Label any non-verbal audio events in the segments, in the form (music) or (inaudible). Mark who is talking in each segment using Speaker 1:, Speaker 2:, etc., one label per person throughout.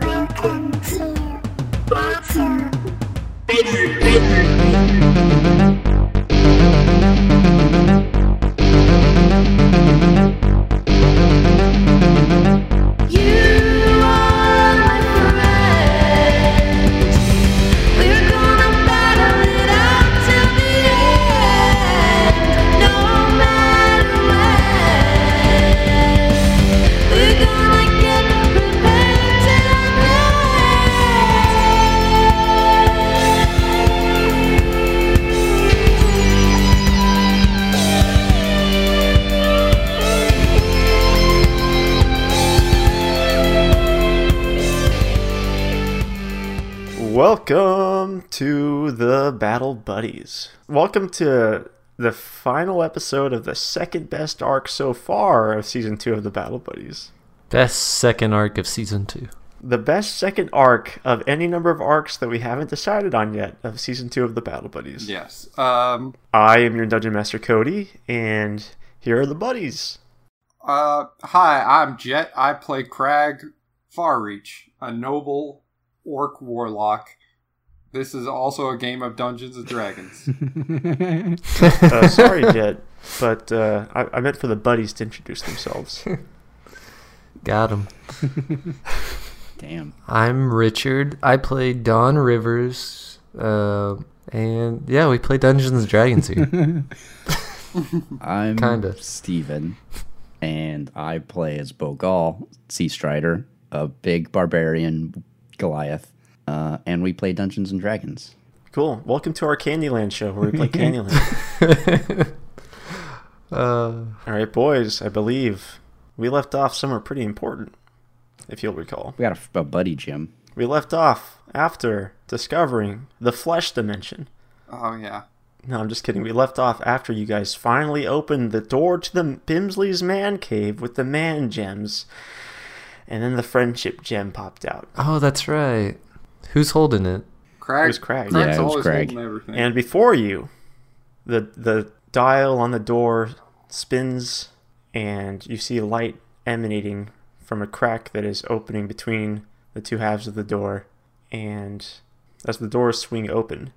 Speaker 1: Welcome to Bachelor Basement.
Speaker 2: You are my friend. We're gonna battle it out till the end, no matter when. We're gonna get prepared till
Speaker 3: Welcome to the Battle Buddies. Welcome to the final episode of the second best arc so far of season two of the Battle Buddies.
Speaker 4: Best second arc of season two.
Speaker 3: The best second arc of any number of arcs that we haven't decided on yet of season two of the Battle Buddies.
Speaker 5: Yes. Um.
Speaker 3: I am your Dungeon Master Cody, and here are the buddies.
Speaker 5: Uh. Hi, I'm Jet. I play Crag Farreach, a noble orc warlock. This is also a game of Dungeons and Dragons.
Speaker 3: Uh, sorry, Jet, but uh, I-, I meant for the buddies to introduce themselves.
Speaker 4: Got him.
Speaker 6: Damn.
Speaker 4: I'm Richard. I play Don Rivers. Uh, and yeah, we play Dungeons and Dragons (laughs) here.
Speaker 6: I'm
Speaker 4: Kinda.
Speaker 6: Steven, and I play as Bogal, Sea Strider, a big barbarian Goliath, uh, and we play Dungeons and Dragons.
Speaker 3: Cool. Welcome to our Candyland show where we play Candyland.
Speaker 4: uh,
Speaker 3: All right, boys, I believe we left off somewhere pretty important, if you'll recall.
Speaker 6: We got a, a buddy gym.
Speaker 3: We left off after discovering the flesh dimension.
Speaker 5: oh yeah.
Speaker 3: No, I'm just kidding. We left off after you guys finally opened the door to the Bimsley's man cave with the man gems. And then the friendship gem popped out.
Speaker 4: oh, that's right. Who's holding it?
Speaker 5: Crag.
Speaker 3: It was Crag.
Speaker 5: Crag's
Speaker 6: Yeah, it was
Speaker 5: always
Speaker 6: Crag.
Speaker 5: holding everything.
Speaker 3: And before you, the the dial on the door spins, and you see light emanating from a crack that is opening between the two halves of the door. And as the doors swing open,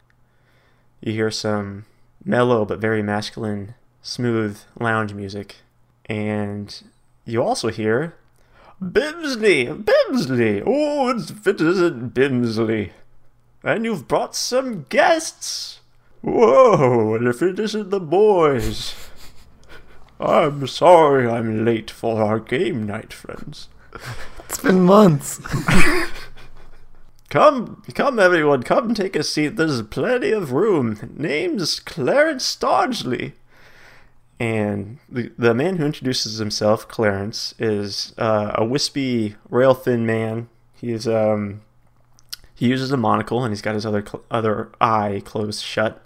Speaker 3: you hear some mellow but very masculine, smooth lounge music, and you also hear. Bimsley, Bimsley, oh, it's fitters and Bimsley. And you've brought some guests. Whoa, and if it isn't the boys. I'm sorry I'm late for our game night, friends.
Speaker 4: It's been months.
Speaker 3: Come, come, everyone, come take a seat. There's plenty of room. Name's Clarence Stargely. And the, the man who introduces himself, Clarence, is uh, a wispy, rail thin man. He is um, he uses a monocle and he's got his other cl- other eye closed shut,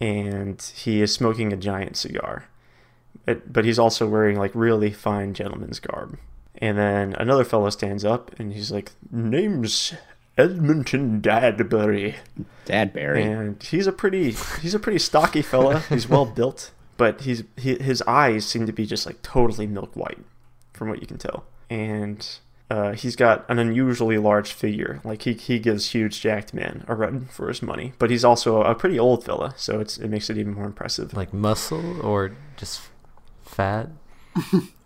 Speaker 3: and he is smoking a giant cigar. But, but he's also wearing like really fine gentleman's garb. And then another fellow stands up and he's like, "Name's Edmonton Dadbury."
Speaker 6: Dad Barry.
Speaker 3: and he's a pretty he's a pretty stocky fella. He's well built, but he's he, his eyes seem to be just like totally milk white, from what you can tell. And uh, he's got an unusually large figure. Like he he gives huge jacked man a run for his money, but he's also a pretty old fella, so it's it makes it even more impressive.
Speaker 4: Like muscle or just fat?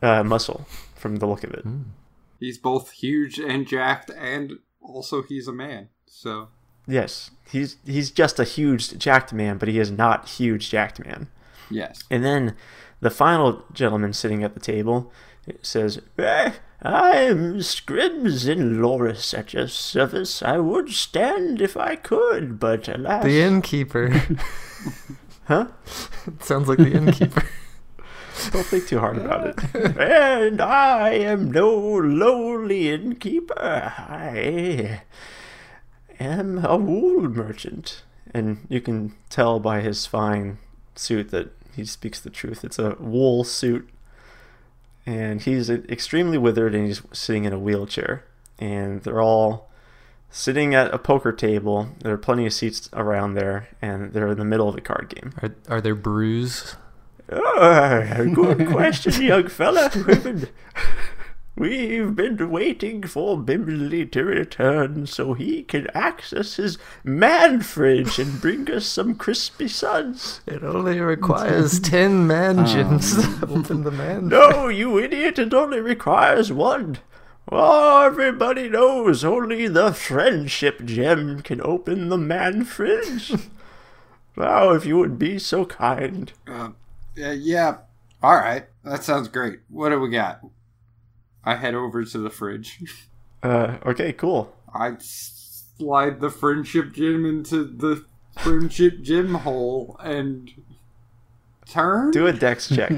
Speaker 3: Uh, muscle, from the look of it.
Speaker 5: he's both huge and jacked, and also he's a man. So
Speaker 3: Yes, he's he's just a huge jacked man, but he is not huge jacked man.
Speaker 5: yes.
Speaker 3: And then the final gentleman sitting at the table says, "Eh, I'm Scribs in Loris at your service. I would stand if I could, but alas.
Speaker 4: The (laughs) innkeeper.
Speaker 3: Huh?
Speaker 4: It sounds like the innkeeper.
Speaker 3: Don't think too hard about it. and I am no lowly innkeeper. I am a wool merchant. And you can tell by his fine suit that he speaks the truth. It's a wool suit. And he's extremely withered and he's sitting in a wheelchair. And they're all sitting at a poker table. There are plenty of seats around there. And they're in the middle of a card game.
Speaker 4: Are, are there brews?
Speaker 3: Oh, Ah, good question, young fella. We've been, We've been waiting for Bimbley to return so he can access his man fridge and bring us some crispy suds.
Speaker 4: It only (laughs) requires 10
Speaker 6: Um,
Speaker 4: mansions to open the man.
Speaker 3: No, you idiot, it only requires one. Oh, everybody knows only the friendship gem can open the man fridge. wow, if you would be so kind.
Speaker 5: Uh, yeah. All right. That sounds great. What do we got? I head over to the fridge. (laughs)
Speaker 3: Uh, okay, cool.
Speaker 5: I slide the friendship gym into the friendship gym hole and turn.
Speaker 3: Do a dex check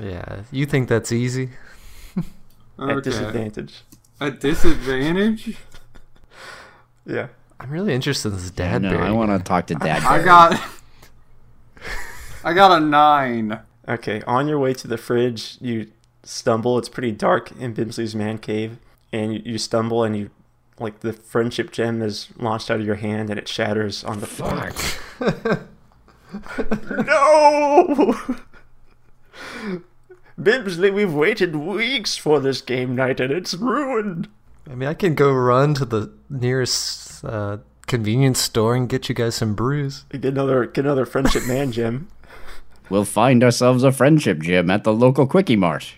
Speaker 4: Yeah, you think that's easy?
Speaker 3: at disadvantage.
Speaker 5: A disadvantage?
Speaker 3: Yeah.
Speaker 4: I'm really interested in this dad
Speaker 6: No, I want to talk
Speaker 4: (laughs)
Speaker 6: to Dad.
Speaker 5: I
Speaker 6: Barry.
Speaker 5: got.
Speaker 3: (laughs)
Speaker 5: I got a nine.
Speaker 3: Okay, on your way to the fridge, you stumble. It's pretty dark in Bimsley's man cave, and you, you stumble and you like the friendship gem is launched out of your hand and it shatters on the floor. no! (laughs) Bimsley, we've waited weeks for this game night and it's ruined.
Speaker 4: I mean, I can go run to the nearest uh, convenience store and get you guys some (laughs) brews.
Speaker 3: Get another get another friendship man gem.
Speaker 6: We'll find ourselves a friendship gym at the local Quickie Mart.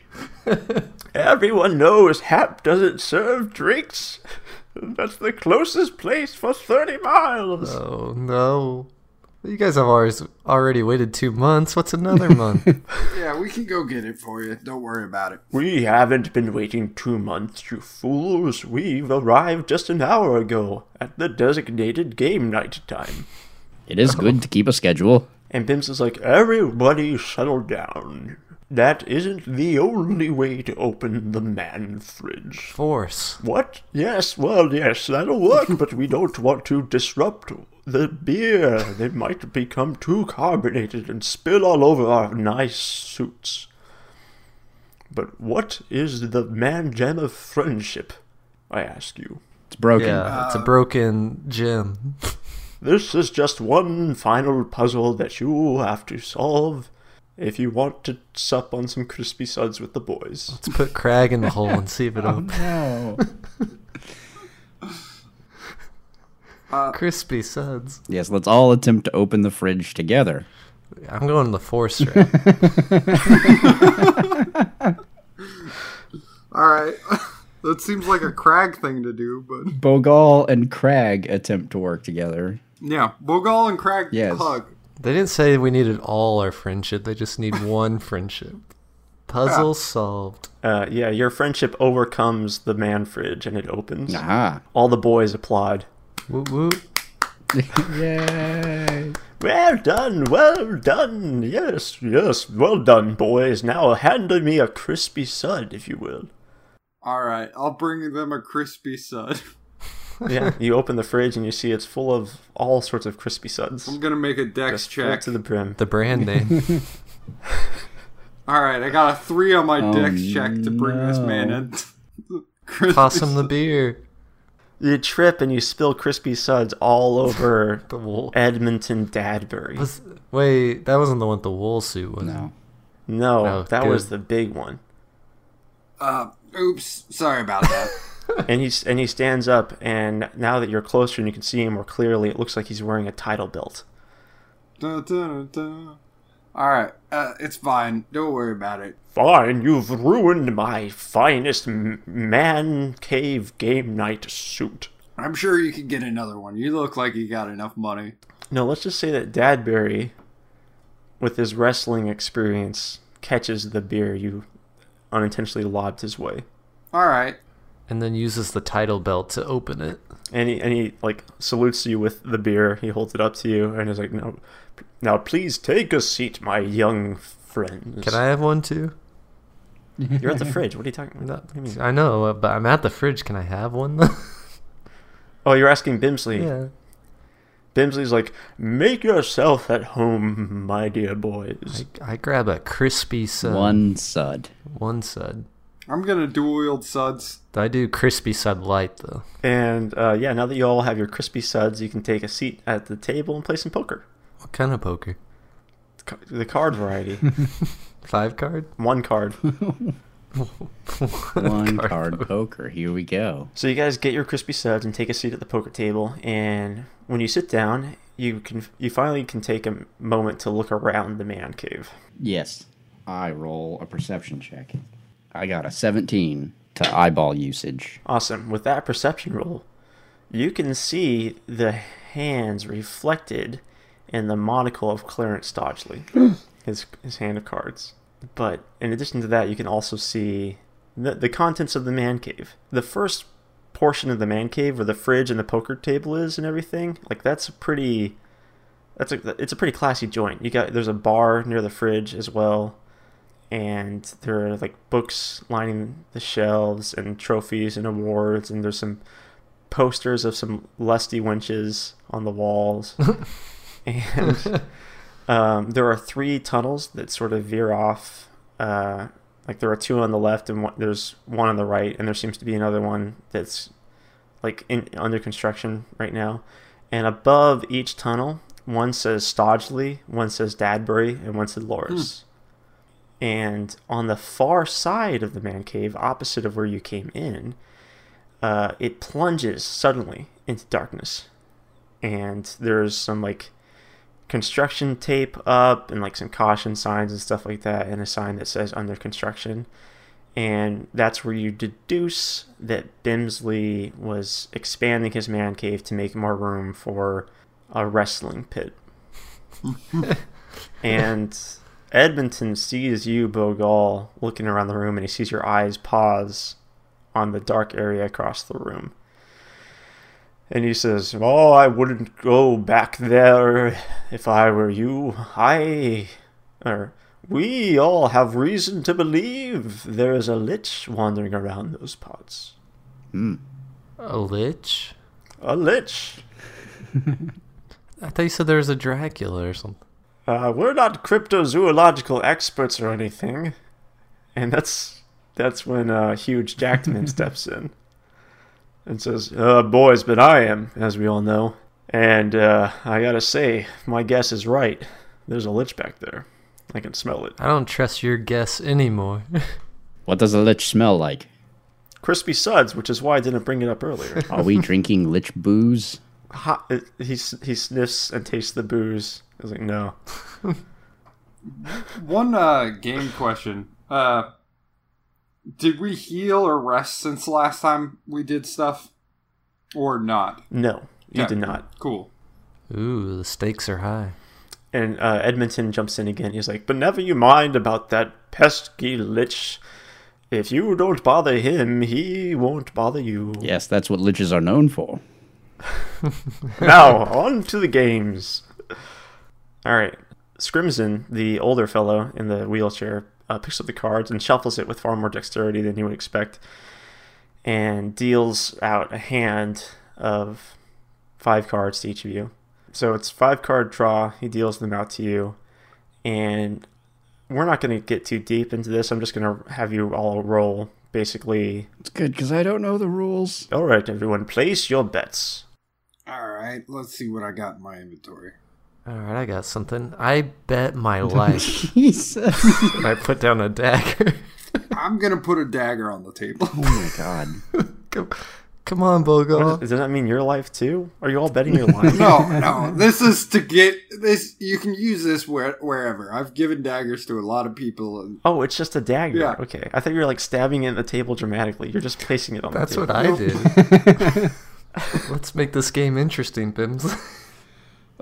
Speaker 3: Everyone knows Hap doesn't serve drinks. That's the closest place for 30 miles.
Speaker 4: Oh no! You guys have always already waited two months. What's another month? (laughs)
Speaker 5: Yeah, we can go get it for you. Don't worry about it.
Speaker 3: We haven't been waiting two months, you fools. We've arrived just an hour ago at the designated game night time.
Speaker 6: It is good to keep a schedule.
Speaker 3: And Bims is like, everybody settle down. That isn't the only way to open the man fridge.
Speaker 4: Force.
Speaker 3: What? Yes, well, yes, that'll work, but we don't want to disrupt the beer. They might become too carbonated and spill all over our nice suits. But what is the man jam of friendship? I ask you.
Speaker 6: It's broken.
Speaker 4: Yeah, it's a broken gym.
Speaker 3: This is just one final puzzle that you have to solve if you want to sup on some crispy suds with the boys.
Speaker 4: Let's put Crag in the hole and see if it opens.
Speaker 6: No.
Speaker 4: uh, Crispy suds.
Speaker 6: yes, let's all attempt to open the fridge together.
Speaker 4: I'm going the force route. (laughs)
Speaker 5: All right. (laughs) that seems like a crag thing to do, but
Speaker 6: Bogal and Crag attempt to work together.
Speaker 5: yeah, Bogal and Crag
Speaker 6: Yes.
Speaker 5: hug.
Speaker 4: They didn't say we needed all our friendship. They just (laughs) need one friendship. Puzzle solved.
Speaker 3: Uh, yeah, your friendship overcomes the man fridge and it opens.
Speaker 6: Aha.
Speaker 3: All the boys applaud.
Speaker 4: Woo woo.
Speaker 6: Yay.
Speaker 3: Well done, well done. Yes, yes, well done, boys. Now hand me a crispy sud, if you will.
Speaker 5: All right, I'll bring them a crispy sud.
Speaker 3: Yeah, (laughs) you open the fridge and you see it's full of all sorts of crispy suds.
Speaker 5: I'm gonna make a dex
Speaker 3: Just full
Speaker 5: check.
Speaker 3: to the brim.
Speaker 4: The brand name. (laughs)
Speaker 5: All right, I got a three on my
Speaker 6: Oh,
Speaker 5: dex check to bring this
Speaker 6: no.
Speaker 5: man in. (laughs) Crispy
Speaker 4: Toss him the
Speaker 5: sud.
Speaker 4: beer.
Speaker 3: You trip and you spill crispy suds all
Speaker 4: (laughs)
Speaker 3: over
Speaker 4: The wool.
Speaker 3: Edmonton Dadbury.
Speaker 4: Was, wait, that wasn't the one with the wool suit, was
Speaker 6: No.
Speaker 3: no,
Speaker 4: Oh,
Speaker 3: that was
Speaker 4: good.
Speaker 3: the big one.
Speaker 5: Uh, oops, sorry about that.
Speaker 6: (laughs)
Speaker 3: And he and he stands up, and now that you're closer and you can see him more clearly, it looks like he's wearing a title belt.
Speaker 5: Dun, dun, dun. All right, uh, it's fine. Don't worry about it.
Speaker 3: Fine, you've ruined my finest m- man cave game night suit.
Speaker 5: I'm sure you can get another one. You look like you got enough money.
Speaker 3: No, let's just say that Dadbury, with his wrestling experience, catches the beer you unintentionally lobbed his way,
Speaker 5: All right.
Speaker 4: it? And then uses the title belt to open it.
Speaker 3: and he and he like salutes you with the beer. He holds it up to you and is like, "No, now please take a seat, my young friends."
Speaker 4: Can I have one too?
Speaker 3: You're at the fridge. What are you talking
Speaker 4: No,
Speaker 3: about? What do you mean?
Speaker 4: I know, uh, but I'm at the fridge. Can I have one (laughs) though?
Speaker 3: Oh, you're asking Bimsley.
Speaker 4: yeah.
Speaker 3: Bimsley's like, make yourself at home, my dear boys.
Speaker 4: I grab a crispy sud.
Speaker 6: One sud.
Speaker 4: One sud.
Speaker 5: I'm gonna dual wield suds.
Speaker 4: I do crispy sud light though.
Speaker 3: And uh, yeah, now that you all have your crispy suds, you can take a seat at the table and play some poker.
Speaker 4: What kind of poker?
Speaker 3: Ca- The card variety.
Speaker 4: Five card?
Speaker 3: One card.
Speaker 6: (laughs) One card, poker. Here we go.
Speaker 3: So you guys get your crispy subs and take a seat at the poker table. And when you sit down, you can you finally can take a moment to look around the man cave.
Speaker 6: Yes. I roll a perception check. I got a 17 to eyeball usage.
Speaker 3: Awesome. With that perception roll, you can see the hands reflected in the monocle of Clarence Dodgley, his, his hand of cards. But in addition to that, you can also see the, the contents of the man cave. The first portion of the man cave where the fridge and the poker table is and everything, like that's a pretty that's a it's a pretty classy joint. You got there's a bar near the fridge as well and there are like books lining the shelves and trophies and awards and there's some posters of some lusty wenches on the walls and um, there are three tunnels that sort of veer off uh, like there are two on the left and one, there's one on the right and there seems to be another one that's like in, under construction right now and above each tunnel one says stodgley one says dadbury and one says loris and on the far side of the man cave, opposite of where you came in, uh, it plunges suddenly into darkness. And there's some like construction tape up and like some caution signs and stuff like that, and a sign that says under construction. And that's where you deduce that Bimsley was expanding his man cave to make more room for a wrestling pit. and Edmonton sees you, Bogal, looking around the room, and he sees your eyes pause on the dark area across the room. And he says, Oh, I wouldn't go back there if I were you. I. Or, we all have reason to believe there is a lich wandering around those parts.
Speaker 4: A lich?
Speaker 3: A lich?
Speaker 4: I thought you said there was a Dracula or something.
Speaker 3: Uh, we're not cryptozoological experts or anything. And that's that's when uh, huge Jackman steps in and says, uh, "Boys, but I am, as we all know, and uh, I gotta say, my guess is right. There's a lich back there. I can smell it.
Speaker 4: I don't trust your guess anymore. (laughs)
Speaker 6: What does a lich smell like?
Speaker 3: Crispy suds, which is why I didn't bring it up earlier.
Speaker 6: Are (laughs) we drinking lich booze?
Speaker 3: Ha- he s- he sniffs and tastes the booze. He's like, "No,
Speaker 5: One uh, game question. Uh, did we heal or rest since last time we did stuff? Or not?
Speaker 3: no, you
Speaker 5: Yeah.
Speaker 3: did not."
Speaker 5: Cool.
Speaker 4: Ooh, the stakes are high.
Speaker 3: And uh, Edmonton jumps in again. He's like, "But never you mind about that pesky lich. If you don't bother him, he won't bother you."
Speaker 6: Yes, that's what liches are known for.
Speaker 3: now on to the games. All right, Scrimson, the older fellow in the wheelchair, uh, picks up the cards and shuffles it with far more dexterity than you would expect, and deals out a hand of five cards to each of you. So it's five card draw. He deals them out to you, and we're not going to get too deep into this. I'm just going to have you all roll basically.
Speaker 6: It's good because I don't know the rules. (laughs)
Speaker 3: All right, everyone, place your bets.
Speaker 5: All right, let's see what I got in my inventory.
Speaker 4: All right, I got something. I bet
Speaker 6: (laughs)
Speaker 4: my life.
Speaker 6: Jesus.
Speaker 4: And I put down a dagger. (laughs)
Speaker 5: I'm going to put a dagger on the table.
Speaker 6: oh my god.
Speaker 4: come, come on, Bogal.
Speaker 3: Does that mean your life too? Are you all betting your life?
Speaker 5: Uh, (laughs) no, no. This is to get this. You can use this where, wherever. I've given daggers to a lot of people. And
Speaker 3: Oh, it's just a dagger.
Speaker 5: Yeah.
Speaker 3: Okay. I thought you were like stabbing it in the table dramatically. You're just placing it on
Speaker 4: That's
Speaker 3: the
Speaker 4: what
Speaker 3: table.
Speaker 4: I
Speaker 3: (laughs)
Speaker 4: did. Let's make this game interesting, Bims.
Speaker 6: (laughs)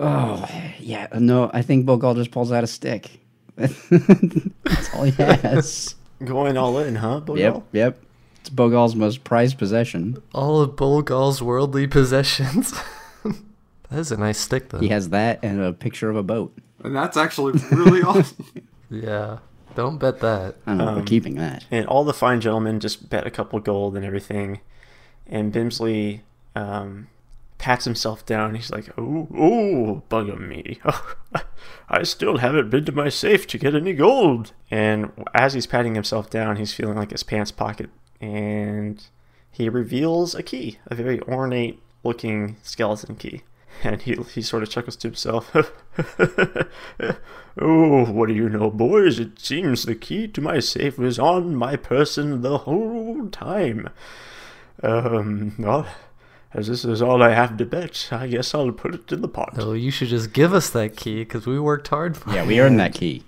Speaker 6: Oh, yeah. No, I think Bogal just pulls out a stick. (laughs) That's (laughs) all he has.
Speaker 3: Going all in, huh? Bogal?
Speaker 6: yep, yep. It's Bogal's most prized possession.
Speaker 4: All of Bolgal's worldly possessions. (laughs) that is a nice stick, though.
Speaker 6: He has that and a picture of a boat.
Speaker 5: and that's actually
Speaker 4: (laughs)
Speaker 5: really awesome.
Speaker 4: Yeah. Don't bet that.
Speaker 6: I don't know, we're keeping that.
Speaker 3: And all the fine gentlemen just bet a couple gold and everything. And Bimsley um, pats himself down. He's like, "Oh, oh, bugger me! (laughs) I still haven't been to my safe to get any gold." And as he's patting himself down, he's feeling like his pants pocket, and he reveals a key, (laughs) a very ornate-looking skeleton key. and he he sort of chuckles to himself. (laughs) oh, what do you know, boys? It seems the key to my safe was on my person the whole time. Um, well, as this is all I have to bet, I guess I'll put it in the pot.
Speaker 4: Oh, you should just give us that key because we worked hard for
Speaker 6: Yeah,
Speaker 4: it.
Speaker 6: we earned that key.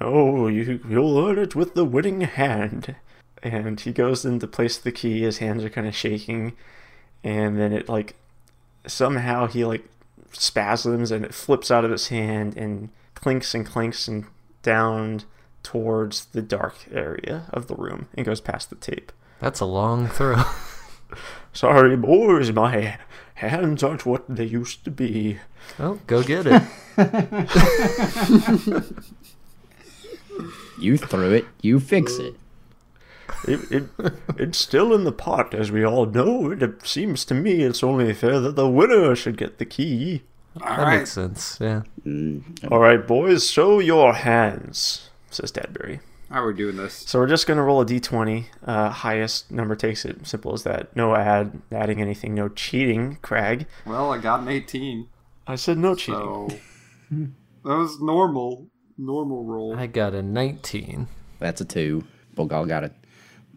Speaker 3: Oh, you, you'll earn it with the winning hand. And he goes in to place the key. His hands are kind of shaking, and then it like somehow he like spasms and it flips out of his hand and clinks and clinks and down towards the dark area of the room and goes past the tape.
Speaker 4: That's a long throw. (laughs)
Speaker 3: Sorry, boys, my hands aren't what they used to be.
Speaker 4: well, go
Speaker 3: (laughs)
Speaker 4: get it.
Speaker 6: You threw it. You fix it.
Speaker 3: It, it, it's still in the pot, as we all know. It, it seems to me it's only fair that the winner should get the key.
Speaker 5: All
Speaker 4: That
Speaker 5: right.
Speaker 4: makes sense. Yeah.
Speaker 3: All right, boys, show your hands, says Dadbury.
Speaker 5: How are we doing this?
Speaker 3: So we're just going to roll a d20. Uh, highest number takes it. Simple as that. No ad, adding anything, no cheating, Crag.
Speaker 5: Well, I got an 18,
Speaker 3: I said no cheating.
Speaker 4: (laughs)
Speaker 5: so that was normal. Normal roll.
Speaker 4: I got a 19.
Speaker 6: That's a two. Bogal got a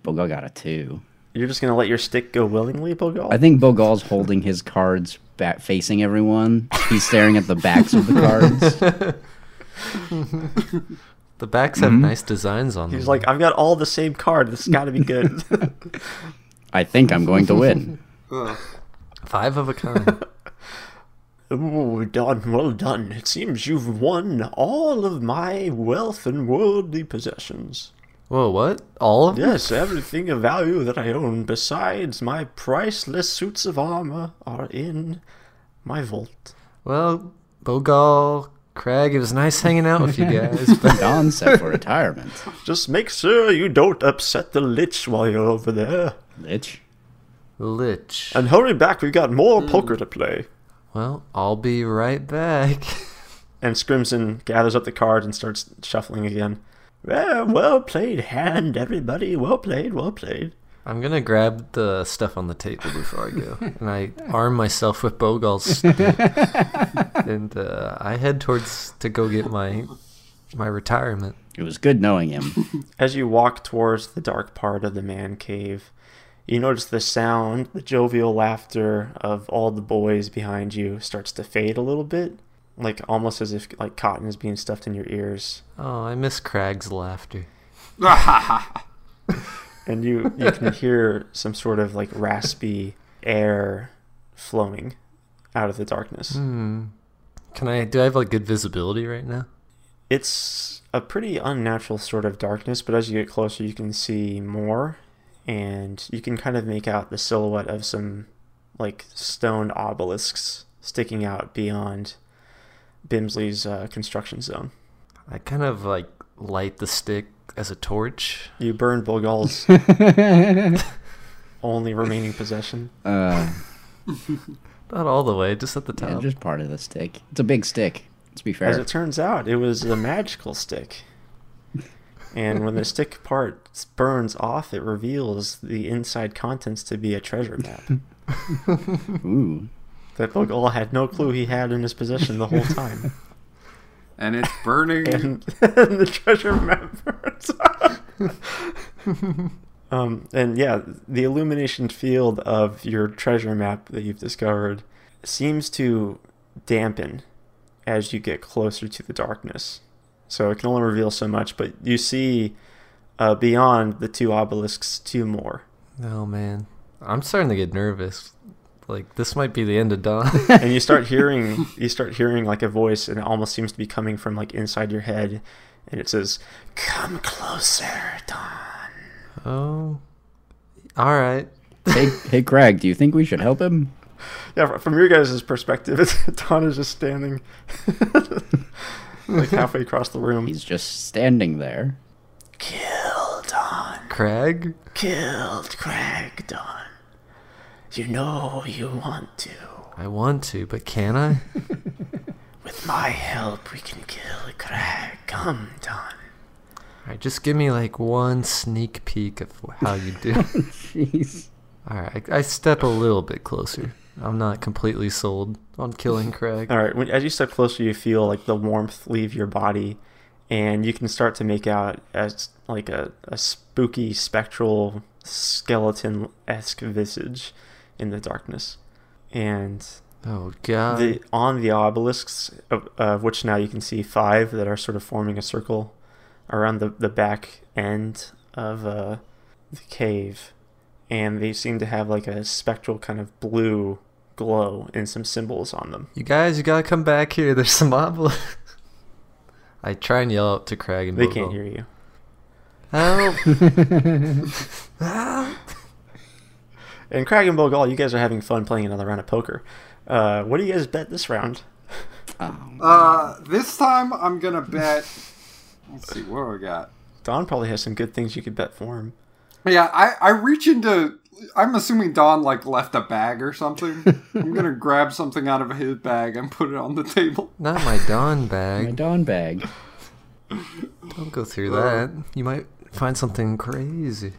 Speaker 6: Bogal got a two.
Speaker 3: You're just going to let your stick go willingly, Bogal?
Speaker 6: I think Bogal's holding his cards back facing everyone. He's staring at the backs of the cards.
Speaker 4: The backs have nice designs on
Speaker 3: Mm-hmm. He's
Speaker 4: them.
Speaker 3: like, I've got all the same card. This has got to be
Speaker 6: (laughs)
Speaker 3: good.
Speaker 6: I think I'm going to win.
Speaker 5: Ugh.
Speaker 3: (laughs)
Speaker 4: Five of a kind.
Speaker 3: Ooh, done, well done. It seems you've won all of my wealth and worldly possessions.
Speaker 4: Whoa, what? All of them?
Speaker 3: Yes, everything of value that I own, besides my priceless suits of armor, are in my vault.
Speaker 4: Well, Bogal, Craig, it was nice hanging
Speaker 3: (laughs)
Speaker 4: out with you guys. But
Speaker 6: Don set for retirement.
Speaker 3: Just make sure you don't upset the lich while you're over there.
Speaker 6: Lich.
Speaker 4: Lich.
Speaker 3: And hurry back, we've got more poker to play.
Speaker 4: Well, I'll be right back. (laughs)
Speaker 3: And Scrimson gathers up the cards and starts shuffling again. Well, well played, hand, everybody. Well played, well played.
Speaker 4: I'm gonna grab the stuff on the table before I
Speaker 6: (laughs)
Speaker 4: go, and I arm myself with Bogal's, and uh, I head towards to go get my my retirement.
Speaker 6: It was good knowing him.
Speaker 3: As you walk towards the dark part of the man cave, you notice the sound, the jovial laughter of all the boys behind you starts to fade a little bit, like almost as if like cotton is being stuffed in your ears.
Speaker 4: Oh, I miss Crag's laughter.
Speaker 3: And you you can hear some sort of like raspy air flowing out of the darkness.
Speaker 4: Can I? Do I have like good visibility right now?
Speaker 3: It's a pretty unnatural sort of darkness, but as you get closer, you can see more, and you can kind of make out the silhouette of some like stone obelisks sticking out beyond Bimsley's uh, construction zone.
Speaker 4: I kind of like light the stick as a torch.
Speaker 3: You burn Bulgal's only remaining possession.
Speaker 6: Uh,
Speaker 4: Not all the way, just at the
Speaker 6: yeah,
Speaker 4: top.
Speaker 6: just part of the stick. It's a big stick. Let's be
Speaker 3: As
Speaker 6: fair.
Speaker 3: it turns out, it was a magical stick. And when the stick part burns off, it reveals the inside contents to be a treasure map.
Speaker 6: Ooh.
Speaker 3: that Bogal had no clue he had in his possession the whole time.
Speaker 5: (laughs) and it's burning.
Speaker 4: (laughs)
Speaker 3: and, (laughs) and the treasure map burns up. (laughs) um, and yeah, the illumination field of your treasure map that you've discovered seems to dampen as you get closer to the darkness. So it can only reveal so much, but you see uh, beyond the two obelisks two more.
Speaker 4: oh man, I'm starting to get nervous. Like this might be the end of
Speaker 6: (laughs)
Speaker 4: Dawn.
Speaker 3: and you start hearing you start hearing like a voice and it almost seems to be coming from like inside your head and it says come closer don
Speaker 4: oh, all right.
Speaker 6: Hey, hey, Craig. Do you think we should help him?
Speaker 3: yeah fr- from your guys' perspective it's, (laughs) don is just standing (laughs) like halfway across the room
Speaker 6: He's just standing there.
Speaker 3: kill don
Speaker 4: Crag?
Speaker 3: killed craig don you know you want to
Speaker 4: I want to, but can
Speaker 3: (laughs)
Speaker 4: I?
Speaker 3: with my help we can kill craig come don
Speaker 4: Alright, just give me like one sneak
Speaker 3: (laughs)
Speaker 4: peek of how you do.
Speaker 6: (laughs) Jeez.
Speaker 4: Alright, I step a little bit closer. I'm not completely sold
Speaker 3: (laughs)
Speaker 4: on killing Craig.
Speaker 3: All right. When, as you step closer, you feel like the warmth leave your body, and you can start to make out as like a, a spooky spectral skeleton esque visage in the darkness. And
Speaker 4: Oh god.
Speaker 3: the on the obelisks, of, of which now you can see five that are sort of forming a circle around the, the back end of uh, the cave, and they seem to have like a spectral kind of blue glow and some symbols on them.
Speaker 4: you guys, you gotta come back here. There's some obelisk. (laughs) I try and yell out to Craig and
Speaker 3: They
Speaker 4: Bogle,
Speaker 3: can't hear you.
Speaker 4: Help!
Speaker 3: (laughs) And Crag and Bogal, you guys are having fun playing another round of poker. Uh, what do you guys bet this round?
Speaker 5: Uh, this time I'm gonna bet. Let's see what do I got.
Speaker 3: Don probably has some good things you could bet for him.
Speaker 5: Yeah, I I reach into. I'm assuming Don like left a bag or something. I'm gonna grab something out of his bag and put it on the table.
Speaker 4: Not my Dawn
Speaker 6: My
Speaker 4: bag.
Speaker 6: Dawn bag.
Speaker 4: Don't go through that. You might find
Speaker 3: (laughs)
Speaker 4: something crazy.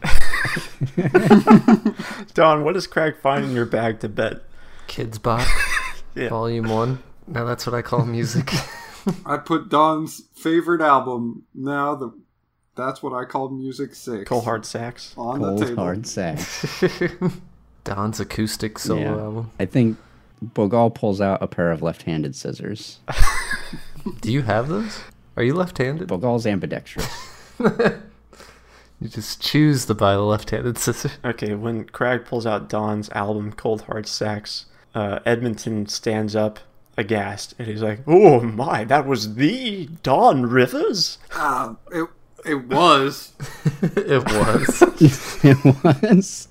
Speaker 3: Don, what does Crag find in your bag to bet?
Speaker 4: Kids Bop,
Speaker 3: Yeah.
Speaker 4: Volume 1. Now that's what I
Speaker 3: (laughs)
Speaker 4: call music.
Speaker 5: I put Don's favorite album. Now the that's what I call music six
Speaker 3: Cold hard sacks.
Speaker 5: on the
Speaker 6: Cold
Speaker 5: table.
Speaker 6: hard sack.
Speaker 4: Don's acoustic solo
Speaker 6: Yeah.
Speaker 4: album.
Speaker 6: I think Bogal pulls out a pair of
Speaker 4: (laughs)
Speaker 6: left-handed scissors.
Speaker 4: Do you have those? Are you left handed?
Speaker 6: Bogal's ambidextrous. (laughs)
Speaker 4: You just choose to buy the left handed scissor.
Speaker 3: Okay, when Crag pulls out Don's album Cold Hard Sacks, uh, Edmonton stands up aghast and he's like, Oh my, that was the Don Rivers?
Speaker 5: Uh, it it was.
Speaker 4: (laughs) it was.
Speaker 6: (laughs) it was.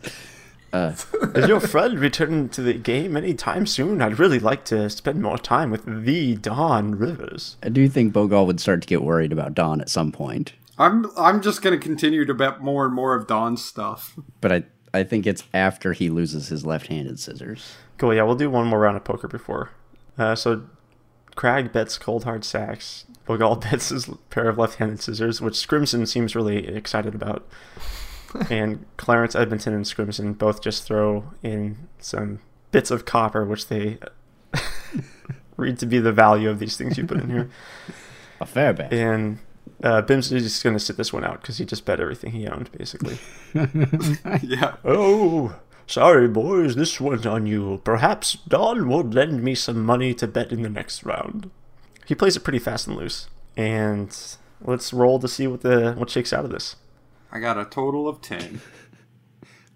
Speaker 3: Is your friend returning to the game anytime soon? I'd really like to spend more time with the Don Rivers.
Speaker 6: I do think Bogal would start to get worried about Dawn at some point,
Speaker 5: I'm I'm just gonna continue to bet more and more of Don's stuff. (laughs)
Speaker 6: but I I think it's after he loses his left-handed scissors.
Speaker 3: Cool, yeah, we'll do one more round of poker before. Uh, so Crag bets Cold Hard Sacks. Bogal (laughs) bets his pair of left handed scissors, which Scrimson seems really excited about. and Clarence Edmonton and Scrimson both just throw in some bits of copper, which they read to be the value of these things you put in here.
Speaker 6: A fair bet.
Speaker 3: And uh, Bims is just going to sit this one out because he just bet everything he owned, basically.
Speaker 5: yeah.
Speaker 3: Oh, sorry, boys, this one's on you. Perhaps Don will lend me some money to bet in the next round. He plays it pretty fast and loose, and let's roll to see what the what shakes out of this.
Speaker 5: I got a total of ten.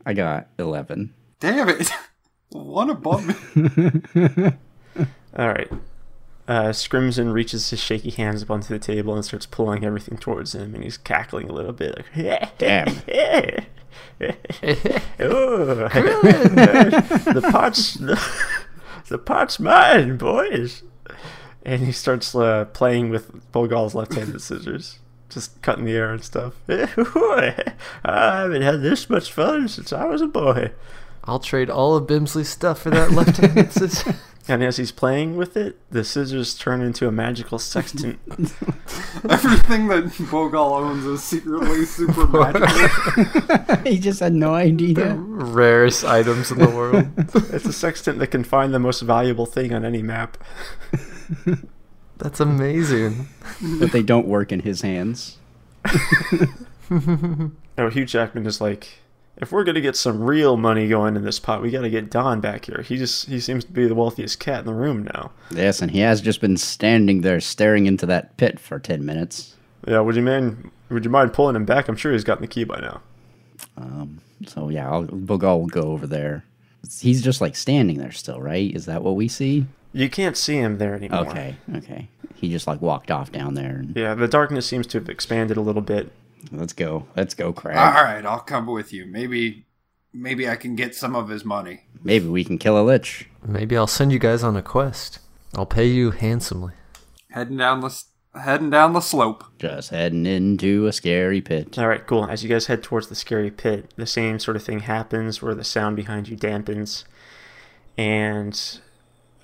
Speaker 6: I got
Speaker 4: (laughs)
Speaker 6: eleven.
Speaker 5: Damn it. (laughs) One above (laughs) me.
Speaker 3: All right. Uh, Scrimson reaches his shaky hands up onto the table and starts pulling everything towards him, and he's cackling a little bit. Like, (laughs)
Speaker 6: Damn.
Speaker 3: Oh, the part's the, the part's mine, boys. And he starts uh, playing with Bogal's left-handed scissors, just cutting the air and stuff. (laughs) I haven't had this much fun since I was a boy.
Speaker 4: I'll trade all of Bimsley's stuff for that left handed
Speaker 6: (laughs)
Speaker 4: scissor.
Speaker 3: And as he's playing with it, the scissors turn into a magical sextant.
Speaker 5: Everything that Bogal owns is secretly super magical.
Speaker 6: he just had no idea.
Speaker 4: Rarest items in the world.
Speaker 3: it's a sextant that can find the most valuable thing on any map.
Speaker 4: That's amazing.
Speaker 6: (laughs) But they don't work in his hands.
Speaker 3: Oh, Hugh Jackman is like, if we're gonna get some real money going in this pot, we gotta get Don back here. He just he seems to be the wealthiest cat in the room now.
Speaker 6: Yes, and he has just been standing there staring into that pit for ten minutes.
Speaker 3: Yeah, would you mind would you mind pulling him back? I'm sure he's gotten the key by now.
Speaker 6: Um, so yeah, I'll, Bogal will go over there. He's just like standing there still, right? Is that what we see?
Speaker 3: You can't see him there anymore.
Speaker 6: Okay, okay. He just like walked off down there. And,
Speaker 3: Yeah, the darkness seems to have expanded a little bit.
Speaker 6: Let's go. Let's go, Craig.
Speaker 5: All right, I'll come with you. Maybe maybe I can get some of his money.
Speaker 6: Maybe we can kill a lich.
Speaker 4: Maybe I'll send you guys on a quest. I'll pay you handsomely.
Speaker 5: Heading down the s- heading down the slope.
Speaker 6: Just heading into a
Speaker 3: (laughs)
Speaker 6: scary pit.
Speaker 3: All right, cool. As you guys head towards the scary pit, the same sort of thing happens where the sound behind you dampens. And,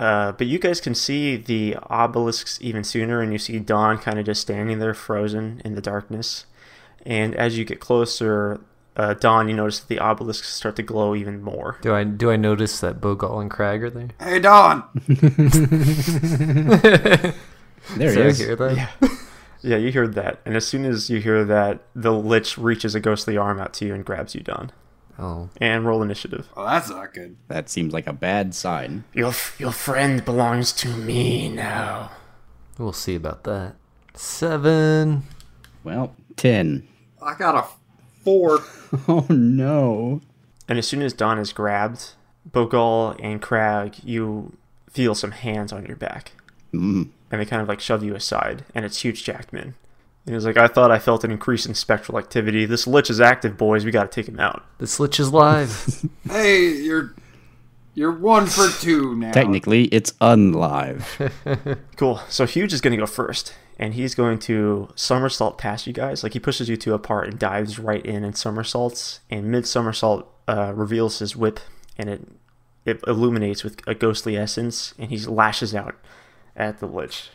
Speaker 3: uh, but you guys can see the obelisks even sooner, and you see Dawn kind of just standing there frozen in the darkness. And as you get closer, uh, dawn, you notice that the obelisks start to glow even more.
Speaker 4: Do I do I notice that Bogal and Crag are there?
Speaker 5: Hey, Don.
Speaker 6: There
Speaker 4: Do I
Speaker 6: it is.
Speaker 4: hear that?
Speaker 3: Yeah, you heard that. And as soon as you hear that, the Lich reaches a ghostly arm out to you and grabs you, Don.
Speaker 4: Oh,
Speaker 3: And roll initiative.
Speaker 5: Well, that's not good.
Speaker 6: That seems like a bad sign.
Speaker 3: Your, your friend belongs to me now.
Speaker 4: we'll see about that. Seven.
Speaker 6: Well, 10.
Speaker 5: I got a four.
Speaker 6: (laughs) Oh no.
Speaker 3: And as soon as Don is grabbed, Bogal and Crag, you feel some hands on your back.
Speaker 6: Mm.
Speaker 3: And they kind of like shove you aside. And it's Huge Jackman. And he's like, I thought I felt an increase in spectral activity. This Lich is active, boys. We got to take him out.
Speaker 4: This lich is
Speaker 6: (laughs)
Speaker 4: live.
Speaker 5: Hey, you're you're one for two now.
Speaker 6: Technically, it's unlive.
Speaker 3: Cool. So Huge is going to go first, and he's going to somersault past you guys. Like he pushes you two apart and dives right in and somersaults. And mid somersault uh, reveals his whip, and it it illuminates with a ghostly essence, and he lashes out at the lich.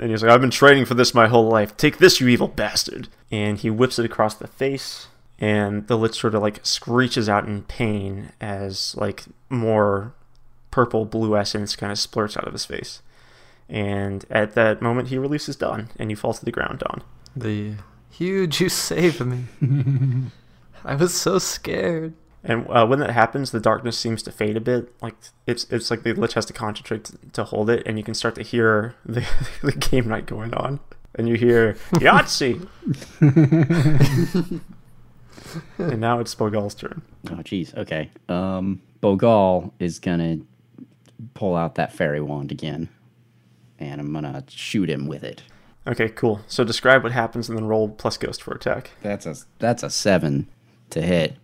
Speaker 3: And he's like, "I've been training for this my whole life. Take this, you evil bastard!" And he whips it across the face, and the lich sort of like screeches out in pain as like more purple blue essence kind of splurts out of his face. And at that moment, he releases Don, and you fall to the ground, Don.
Speaker 4: the huge, you saved
Speaker 6: (laughs)
Speaker 4: me. I was so scared.
Speaker 3: And uh, when that happens, the darkness seems to fade a bit. Like it's it's like the lich has to concentrate to, to hold it, and you can start to hear (laughs) the, the game night going on. And you hear Yahtzee, and now it's Bogal's turn.
Speaker 6: oh jeez. Okay. Um Bogal is gonna pull out that fairy wand again. And I'm gonna shoot him with it.
Speaker 3: Okay, cool. So describe what happens, and then roll plus ghost for attack.
Speaker 6: That's a that's a seven to hit.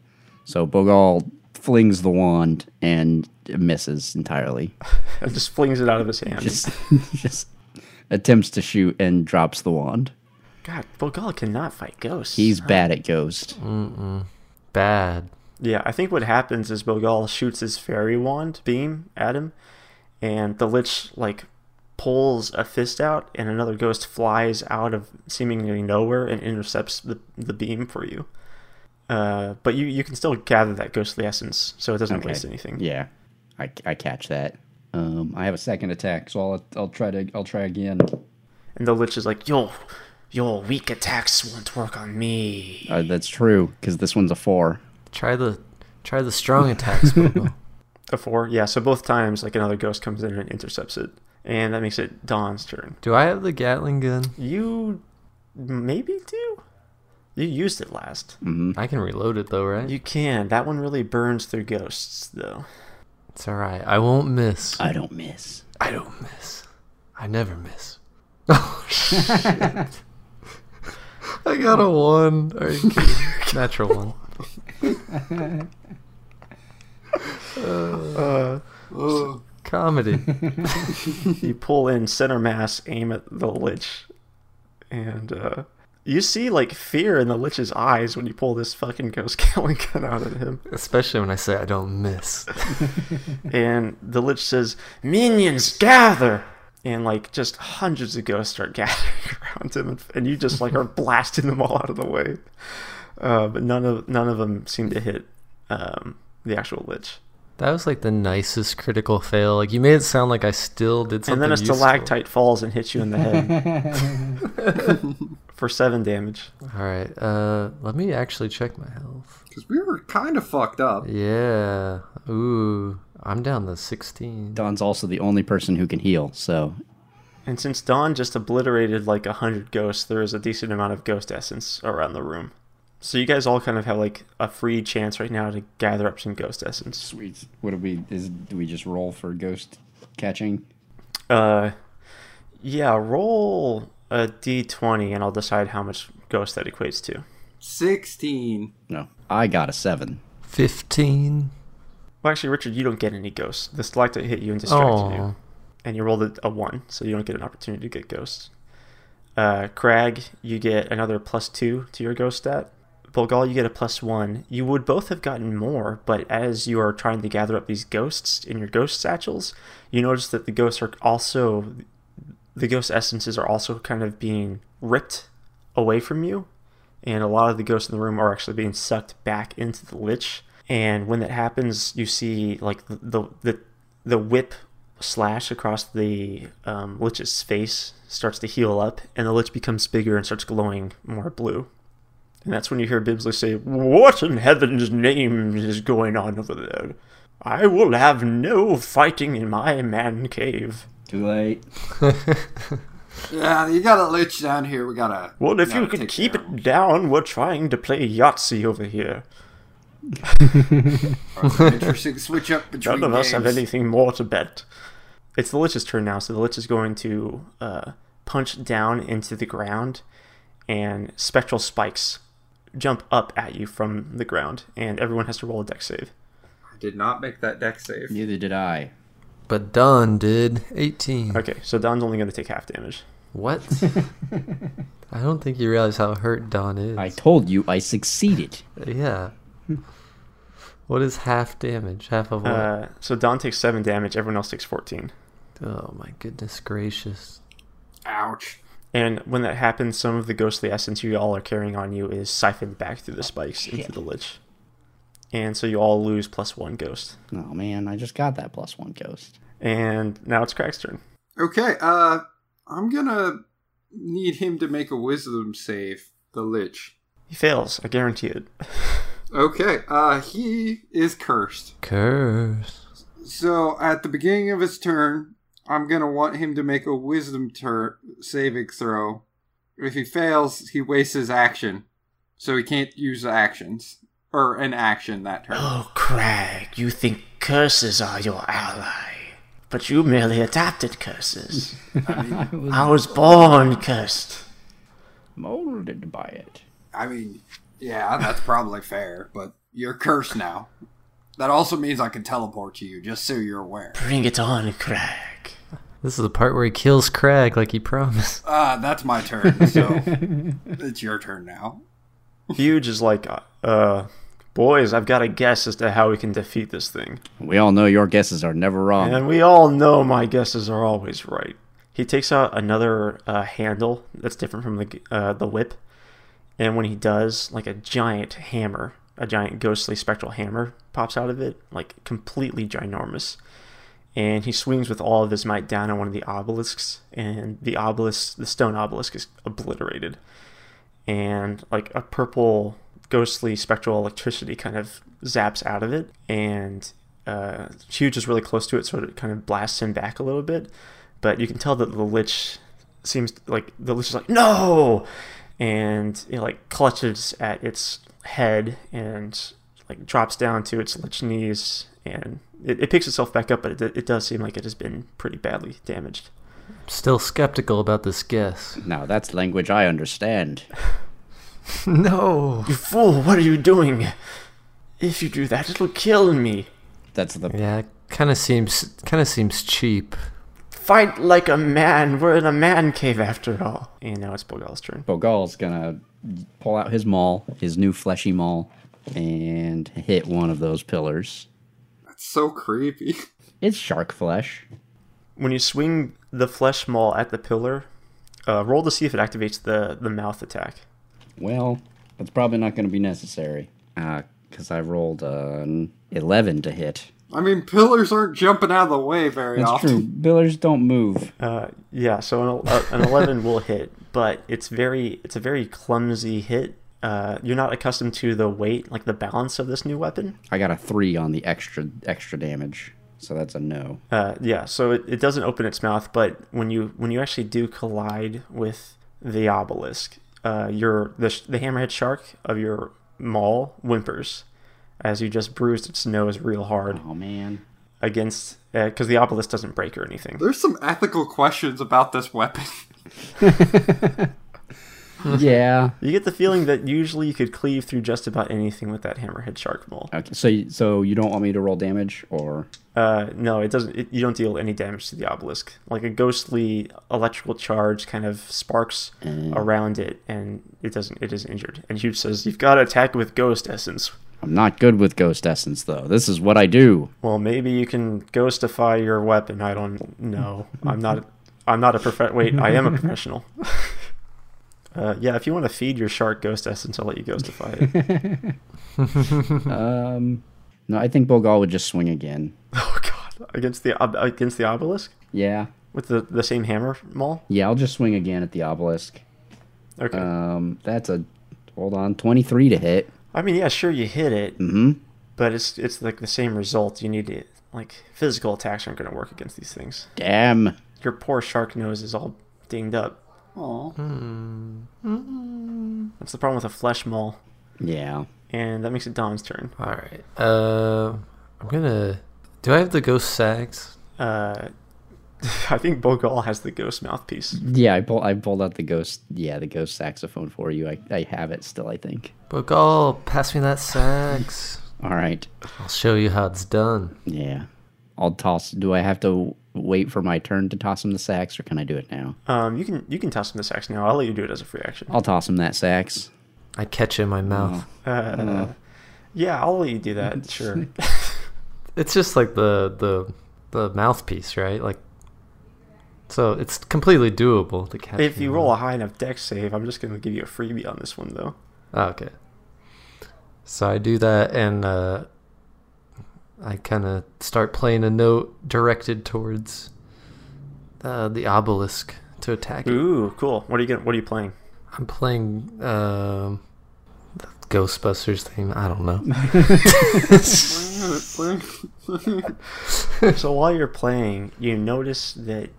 Speaker 6: So Bogal flings the wand and misses entirely. (laughs)
Speaker 3: It just flings it out of his hand.
Speaker 6: Just just attempts to shoot and drops the wand.
Speaker 3: God, Bogal cannot fight ghosts.
Speaker 6: He's bad at ghost.
Speaker 4: Bad.
Speaker 3: Yeah, I think what happens is Bogal shoots his fairy wand beam at him, and the lich like pulls a fist out, and another ghost flies out of seemingly nowhere and intercepts the, the beam for you. Uh, but you, you can still gather that ghostly essence, so it doesn't
Speaker 6: Okay.
Speaker 3: waste anything.
Speaker 6: Yeah, I, I catch that. Um, I have a second attack, so I'll I'll try to I'll try again.
Speaker 3: And the lich is like, "Yo, your weak attacks won't work on me."
Speaker 6: Uh, that's true because this one's a four.
Speaker 4: Try the try the strong attacks, Bogal.
Speaker 3: A four, yeah. So both times, like another ghost comes in and intercepts it, and that makes it Dawn's turn.
Speaker 4: Do I have the Gatling gun?
Speaker 3: You maybe do. You used it last.
Speaker 4: I can reload it though, right?
Speaker 3: You can. That one really burns through ghosts, though.
Speaker 4: It's all right. I won't miss.
Speaker 6: I don't miss.
Speaker 4: I don't miss. I never miss. (laughs) I got a one. Are you kidding? Natural one.
Speaker 5: Ugh.
Speaker 4: Uh, Comedy.
Speaker 3: you pull in center mass, aim at the lich, and uh, you see like fear in the lich's eyes when you pull this fucking ghost (laughs) killing gun out at him.
Speaker 4: Especially when I say I don't miss.
Speaker 3: And the lich says, "Minions, gather!" And like just hundreds of ghosts start (laughs) gathering around him, and, and you just like
Speaker 4: (laughs)
Speaker 3: are blasting them all out of the way. Uh, but none of none of them seem to hit um, the actual lich.
Speaker 4: That was like the nicest critical fail. Like you made it sound like I still did something.
Speaker 3: and then a
Speaker 4: useful.
Speaker 3: stalactite falls and hits you in the head
Speaker 4: (laughs)
Speaker 3: for seven damage.
Speaker 4: All right. Uh, let me actually check my health.
Speaker 5: 'Cause we were kind of fucked up.
Speaker 4: Yeah. Ooh. I'm down to 16.
Speaker 6: Don's also the only person who can heal, so
Speaker 3: And since Dawn just obliterated like a hundred ghosts, there is a decent amount of ghost essence around the room. So you guys all kind of have like a free chance right now to gather up some ghost essence.
Speaker 6: sweet. What do we is do we just roll for ghost catching?
Speaker 3: Uh, yeah, roll a d20 and I'll decide how much ghost that equates to.
Speaker 5: Sixteen.
Speaker 6: No, I got a seven.
Speaker 4: 15.
Speaker 3: Well, actually, Richard, you don't get any ghosts. The stalactite hit you and distracted you.
Speaker 4: Oh.
Speaker 3: and you rolled a, a one, so you don't get an opportunity to get ghosts. Uh, Crag, you get another plus two to your ghost stat. Bulgal, you get a plus one. You would both have gotten more, but as you are trying to gather up these ghosts in your ghost satchels, you notice that the ghosts are also the ghost essences are also kind of being ripped away from you, and a lot of the ghosts in the room are actually being sucked back into the lich. And when that happens, you see like the the the, the whip slash across the um, lich's face starts to heal up, and the lich becomes bigger and starts glowing more blue. And that's when you hear Bibsley say, "What in heaven's name is going on over there? I will have no fighting in my man cave."
Speaker 6: Too late.
Speaker 5: Yeah, you got a lich down here. We gotta.
Speaker 3: Well, if
Speaker 5: gotta
Speaker 3: you could
Speaker 5: take
Speaker 3: keep
Speaker 5: care of him.
Speaker 3: it down, we're trying to play Yahtzee over here. (laughs)
Speaker 5: interesting switch up between
Speaker 3: None of us have
Speaker 5: games.
Speaker 3: anything more to bet. It's the Lich's turn now, so the Lich is going to uh, punch down into the ground, and spectral spikes jump up at you from the ground, and everyone has to roll a deck save.
Speaker 5: I did not make that deck save.
Speaker 6: Neither did I.
Speaker 4: But Don did 18.
Speaker 3: Okay, so Don's only going to take half damage.
Speaker 4: What? I don't think you realize how hurt Don is. Uh,
Speaker 6: I told you I succeeded.
Speaker 4: yeah. What is half damage? Half of what?
Speaker 3: Uh, so Don takes 7 damage, everyone else takes 14.
Speaker 4: oh my goodness gracious.
Speaker 5: Ouch.
Speaker 3: And when that happens, some of the ghostly essence you all are carrying on you is siphoned back through the spikes into the lich. And so you all lose plus one ghost.
Speaker 6: Oh man, I just got that plus one ghost.
Speaker 3: And now it's Crack's turn.
Speaker 5: Okay, uh, I'm gonna need him to make a wisdom save, the Lich.
Speaker 3: He fails, I guarantee it.
Speaker 5: Okay, uh, he is cursed.
Speaker 4: Curse.
Speaker 5: So at the beginning of his turn, I'm gonna want him to make a wisdom tur- saving throw. If he fails, he wastes his action, so he can't use actions or an action that turn.
Speaker 3: (gasps)
Speaker 7: Oh, Crag, you think curses are your ally. But you merely adapted curses. I was born cursed.
Speaker 6: Molded by it.
Speaker 5: I mean, yeah, that's probably fair, but you're cursed now. That also means I can teleport to you, just so you're aware.
Speaker 7: Bring it on, Crag.
Speaker 4: This is the part where he kills Crag like he promised.
Speaker 5: Uh, that's my turn, so (laughs) it's your turn now.
Speaker 3: Huge is like, uh, boys, I've got a guess as to how we can defeat this thing.
Speaker 6: We all know your guesses are never wrong.
Speaker 3: And we all know my guesses are always right. Um, He takes out another uh, handle that's different from the uh, the whip, and when he does, like a giant hammer, a giant ghostly spectral hammer pops out of it, like completely ginormous. And he swings with all of his might down on one of the obelisks, and the obelisk, the stone obelisk, is obliterated. And like a purple ghostly spectral electricity kind of zaps out of it, and uh, Huge is really close to it, so it kind of blasts him back a little bit. But you can tell that the Lich seems like the Lich is like no, and it like clutches at its head and like drops down to its Lich knees, and it, it picks itself back up, but it, it does seem like it has been pretty badly damaged.
Speaker 4: Still skeptical about this guess.
Speaker 6: Now that's language I understand.
Speaker 4: No.
Speaker 7: You fool, what are you doing? If you do that, it'll kill me.
Speaker 6: That's the
Speaker 4: Yeah, kind of seems kind of seems cheap.
Speaker 7: Fight like a man. We're in a man cave after all.
Speaker 3: And now it's Bogal's turn.
Speaker 6: Bogal's gonna pull out his maul, his new fleshy maul, and hit one of those pillars.
Speaker 5: That's so creepy.
Speaker 6: It's shark flesh.
Speaker 3: When you swing the flesh maul at the pillar, uh, roll to see if it activates the the mouth attack.
Speaker 6: Well, that's probably not gonna be necessary. Uh, cause I rolled uh, an eleven to hit.
Speaker 5: I mean, pillars aren't jumping out of the way very
Speaker 6: That's
Speaker 5: often.
Speaker 6: true. Billers don't move.
Speaker 3: Uh, yeah, so an, uh, an 11 will hit, but it's very it's a very clumsy hit. Uh, you're not accustomed to the weight, like the balance of this new weapon.
Speaker 6: I got a three on the extra extra damage, so that's a no.
Speaker 3: Uh, yeah, so it, it doesn't open its mouth, but when you when you actually do collide with the obelisk, uh, your the, sh- the hammerhead shark of your maul whimpers as you just bruised its nose real hard
Speaker 6: Oh man.
Speaker 3: against because the obelisk doesn't break or anything.
Speaker 5: There's some ethical questions about this weapon.
Speaker 6: (laughs)
Speaker 5: (laughs)
Speaker 6: yeah.
Speaker 3: You get the feeling that usually you could cleave through just about anything with that hammerhead shark maul.
Speaker 6: Okay. So y- so you don't want me to roll damage or
Speaker 3: Uh, no, it doesn't. It, you don't deal any damage to the obelisk. Like a ghostly electrical charge kind of sparks around it, and it doesn't. It is injured. And Hugh says, "You've got to attack with ghost essence."
Speaker 6: I'm not good with ghost essence though. This is what I do.
Speaker 3: Well, maybe you can ghostify your weapon. I don't know. I'm not. I'm not a prof. Wait, I am a professional. Uh, yeah, if you want to feed your shark ghost essence, I'll let you ghostify it. (laughs)
Speaker 6: Um, no, I think Bogal would just swing again.
Speaker 3: oh god, against the ob- against the obelisk
Speaker 6: Yeah,
Speaker 3: with the the same hammer maul.
Speaker 6: yeah, I'll just swing again at the obelisk.
Speaker 3: Okay.
Speaker 6: Um, that's a hold on, twenty three to hit.
Speaker 3: I mean, yeah, sure you hit it,
Speaker 6: Mm-hmm.
Speaker 3: but it's it's like the same result. You need to like physical attacks aren't going to work against these things.
Speaker 6: Damn.
Speaker 3: Your poor shark nose is all dinged up. Hmm.
Speaker 5: Oh,
Speaker 3: That's the problem with a flesh maul,
Speaker 6: Yeah.
Speaker 3: and that makes it Don's turn.
Speaker 4: All right. Uh, I'm gonna. Do I have the ghost sags?
Speaker 3: Uh, (laughs) I think Bogal has the ghost mouthpiece.
Speaker 6: Yeah, I pull I pulled out the ghost yeah, the ghost saxophone for you. I, I have it still, I think.
Speaker 4: Bogal, pass me that sags.
Speaker 6: Alright.
Speaker 4: I'll show you how it's done.
Speaker 6: Yeah. I'll toss do I have to wait for my turn to toss him the sax or can I do it now?
Speaker 3: Um, you can you can toss him this axe now. I'll let you do it as a free action.
Speaker 6: I'll toss him that sax.
Speaker 4: I catch it in
Speaker 3: Mm.
Speaker 4: my mouth.
Speaker 3: Uh, yeah, I'll let you do that. (laughs) Sure.
Speaker 4: It's just like the the the mouthpiece, right? Like, so it's completely doable to catch.
Speaker 3: if
Speaker 4: in
Speaker 3: you
Speaker 4: the
Speaker 3: roll
Speaker 4: mouth.
Speaker 3: a high enough deck save, I'm just gonna give you a freebie on this one though.
Speaker 4: Oh, okay. So I do that, and uh, I kind of start playing a note directed towards uh, the obelisk to attack it.
Speaker 3: Ooh, cool. What are you gonna, What are you playing?
Speaker 4: I'm playing um, the Ghostbusters theme. I don't know.
Speaker 3: So while you're playing, you notice that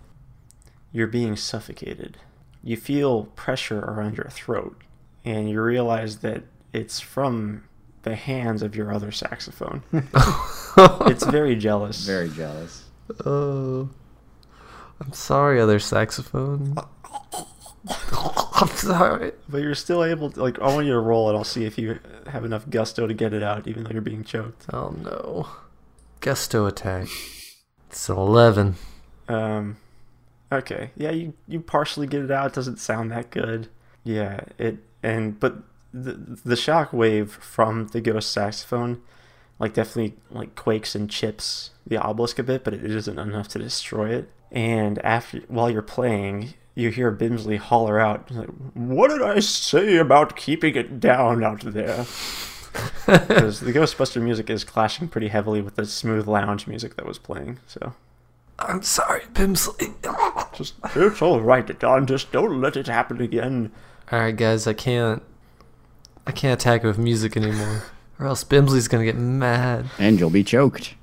Speaker 3: you're being suffocated. You feel pressure around your throat, and you realize that it's from the hands of your other saxophone. it's very jealous.
Speaker 6: Very jealous.
Speaker 4: Oh, I'm sorry, other saxophone. (laughs) I'm sorry.
Speaker 3: But you're still able to, like, I want you to roll it. I'll see if you have enough gusto to get it out, even though you're being choked.
Speaker 4: Oh no. Gusto attack. It's an 11.
Speaker 3: Um, okay. Yeah, you, you partially get it out. It doesn't sound that good. Yeah, it, and, but the, the shock wave from the ghost saxophone, like, definitely, like, quakes and chips the obelisk a bit, but it isn't enough to destroy it. And after, while you're playing, you hear Bimsley holler out, like, What did I say about keeping it down out there? because the Ghostbuster music is clashing pretty heavily with the smooth lounge music that was playing. So
Speaker 4: I'm sorry, (laughs) Bimsley.
Speaker 3: just it's all right, Don. Just don't let it happen again.
Speaker 4: All right, guys, I can't, I can't attack with music anymore, or else Bimsley's gonna get mad. (laughs)
Speaker 6: And you'll be choked.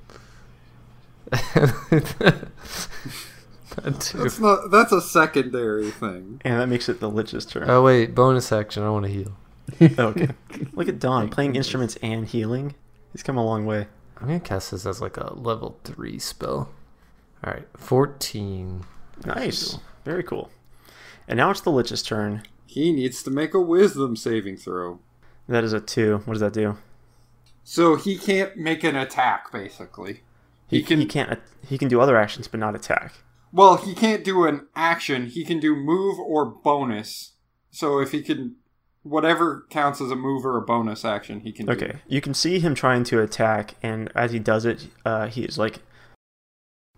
Speaker 4: That
Speaker 5: (laughs)
Speaker 4: too.
Speaker 5: that's not. That's a secondary thing.
Speaker 3: And that makes it the Lich's turn.
Speaker 4: Oh wait, bonus action. I want to heal.
Speaker 3: (laughs) Okay. Look at Don playing instruments and healing. He's come a long way.
Speaker 4: I'm gonna cast this as like a level three spell. All right, fourteen.
Speaker 3: Nice. Very cool. And now it's the Lich's turn.
Speaker 5: He needs to make a wisdom saving throw.
Speaker 3: That is a two. What does that do?
Speaker 5: So he can't make an attack, basically. He, can.
Speaker 3: He can't. He can do other actions, but not attack.
Speaker 5: Well, he can't do an action. He can do move or bonus. So if he can, whatever counts as a move or a bonus action, he can. do.
Speaker 3: Okay, you can see him trying to attack, and as he does it, uh, he is like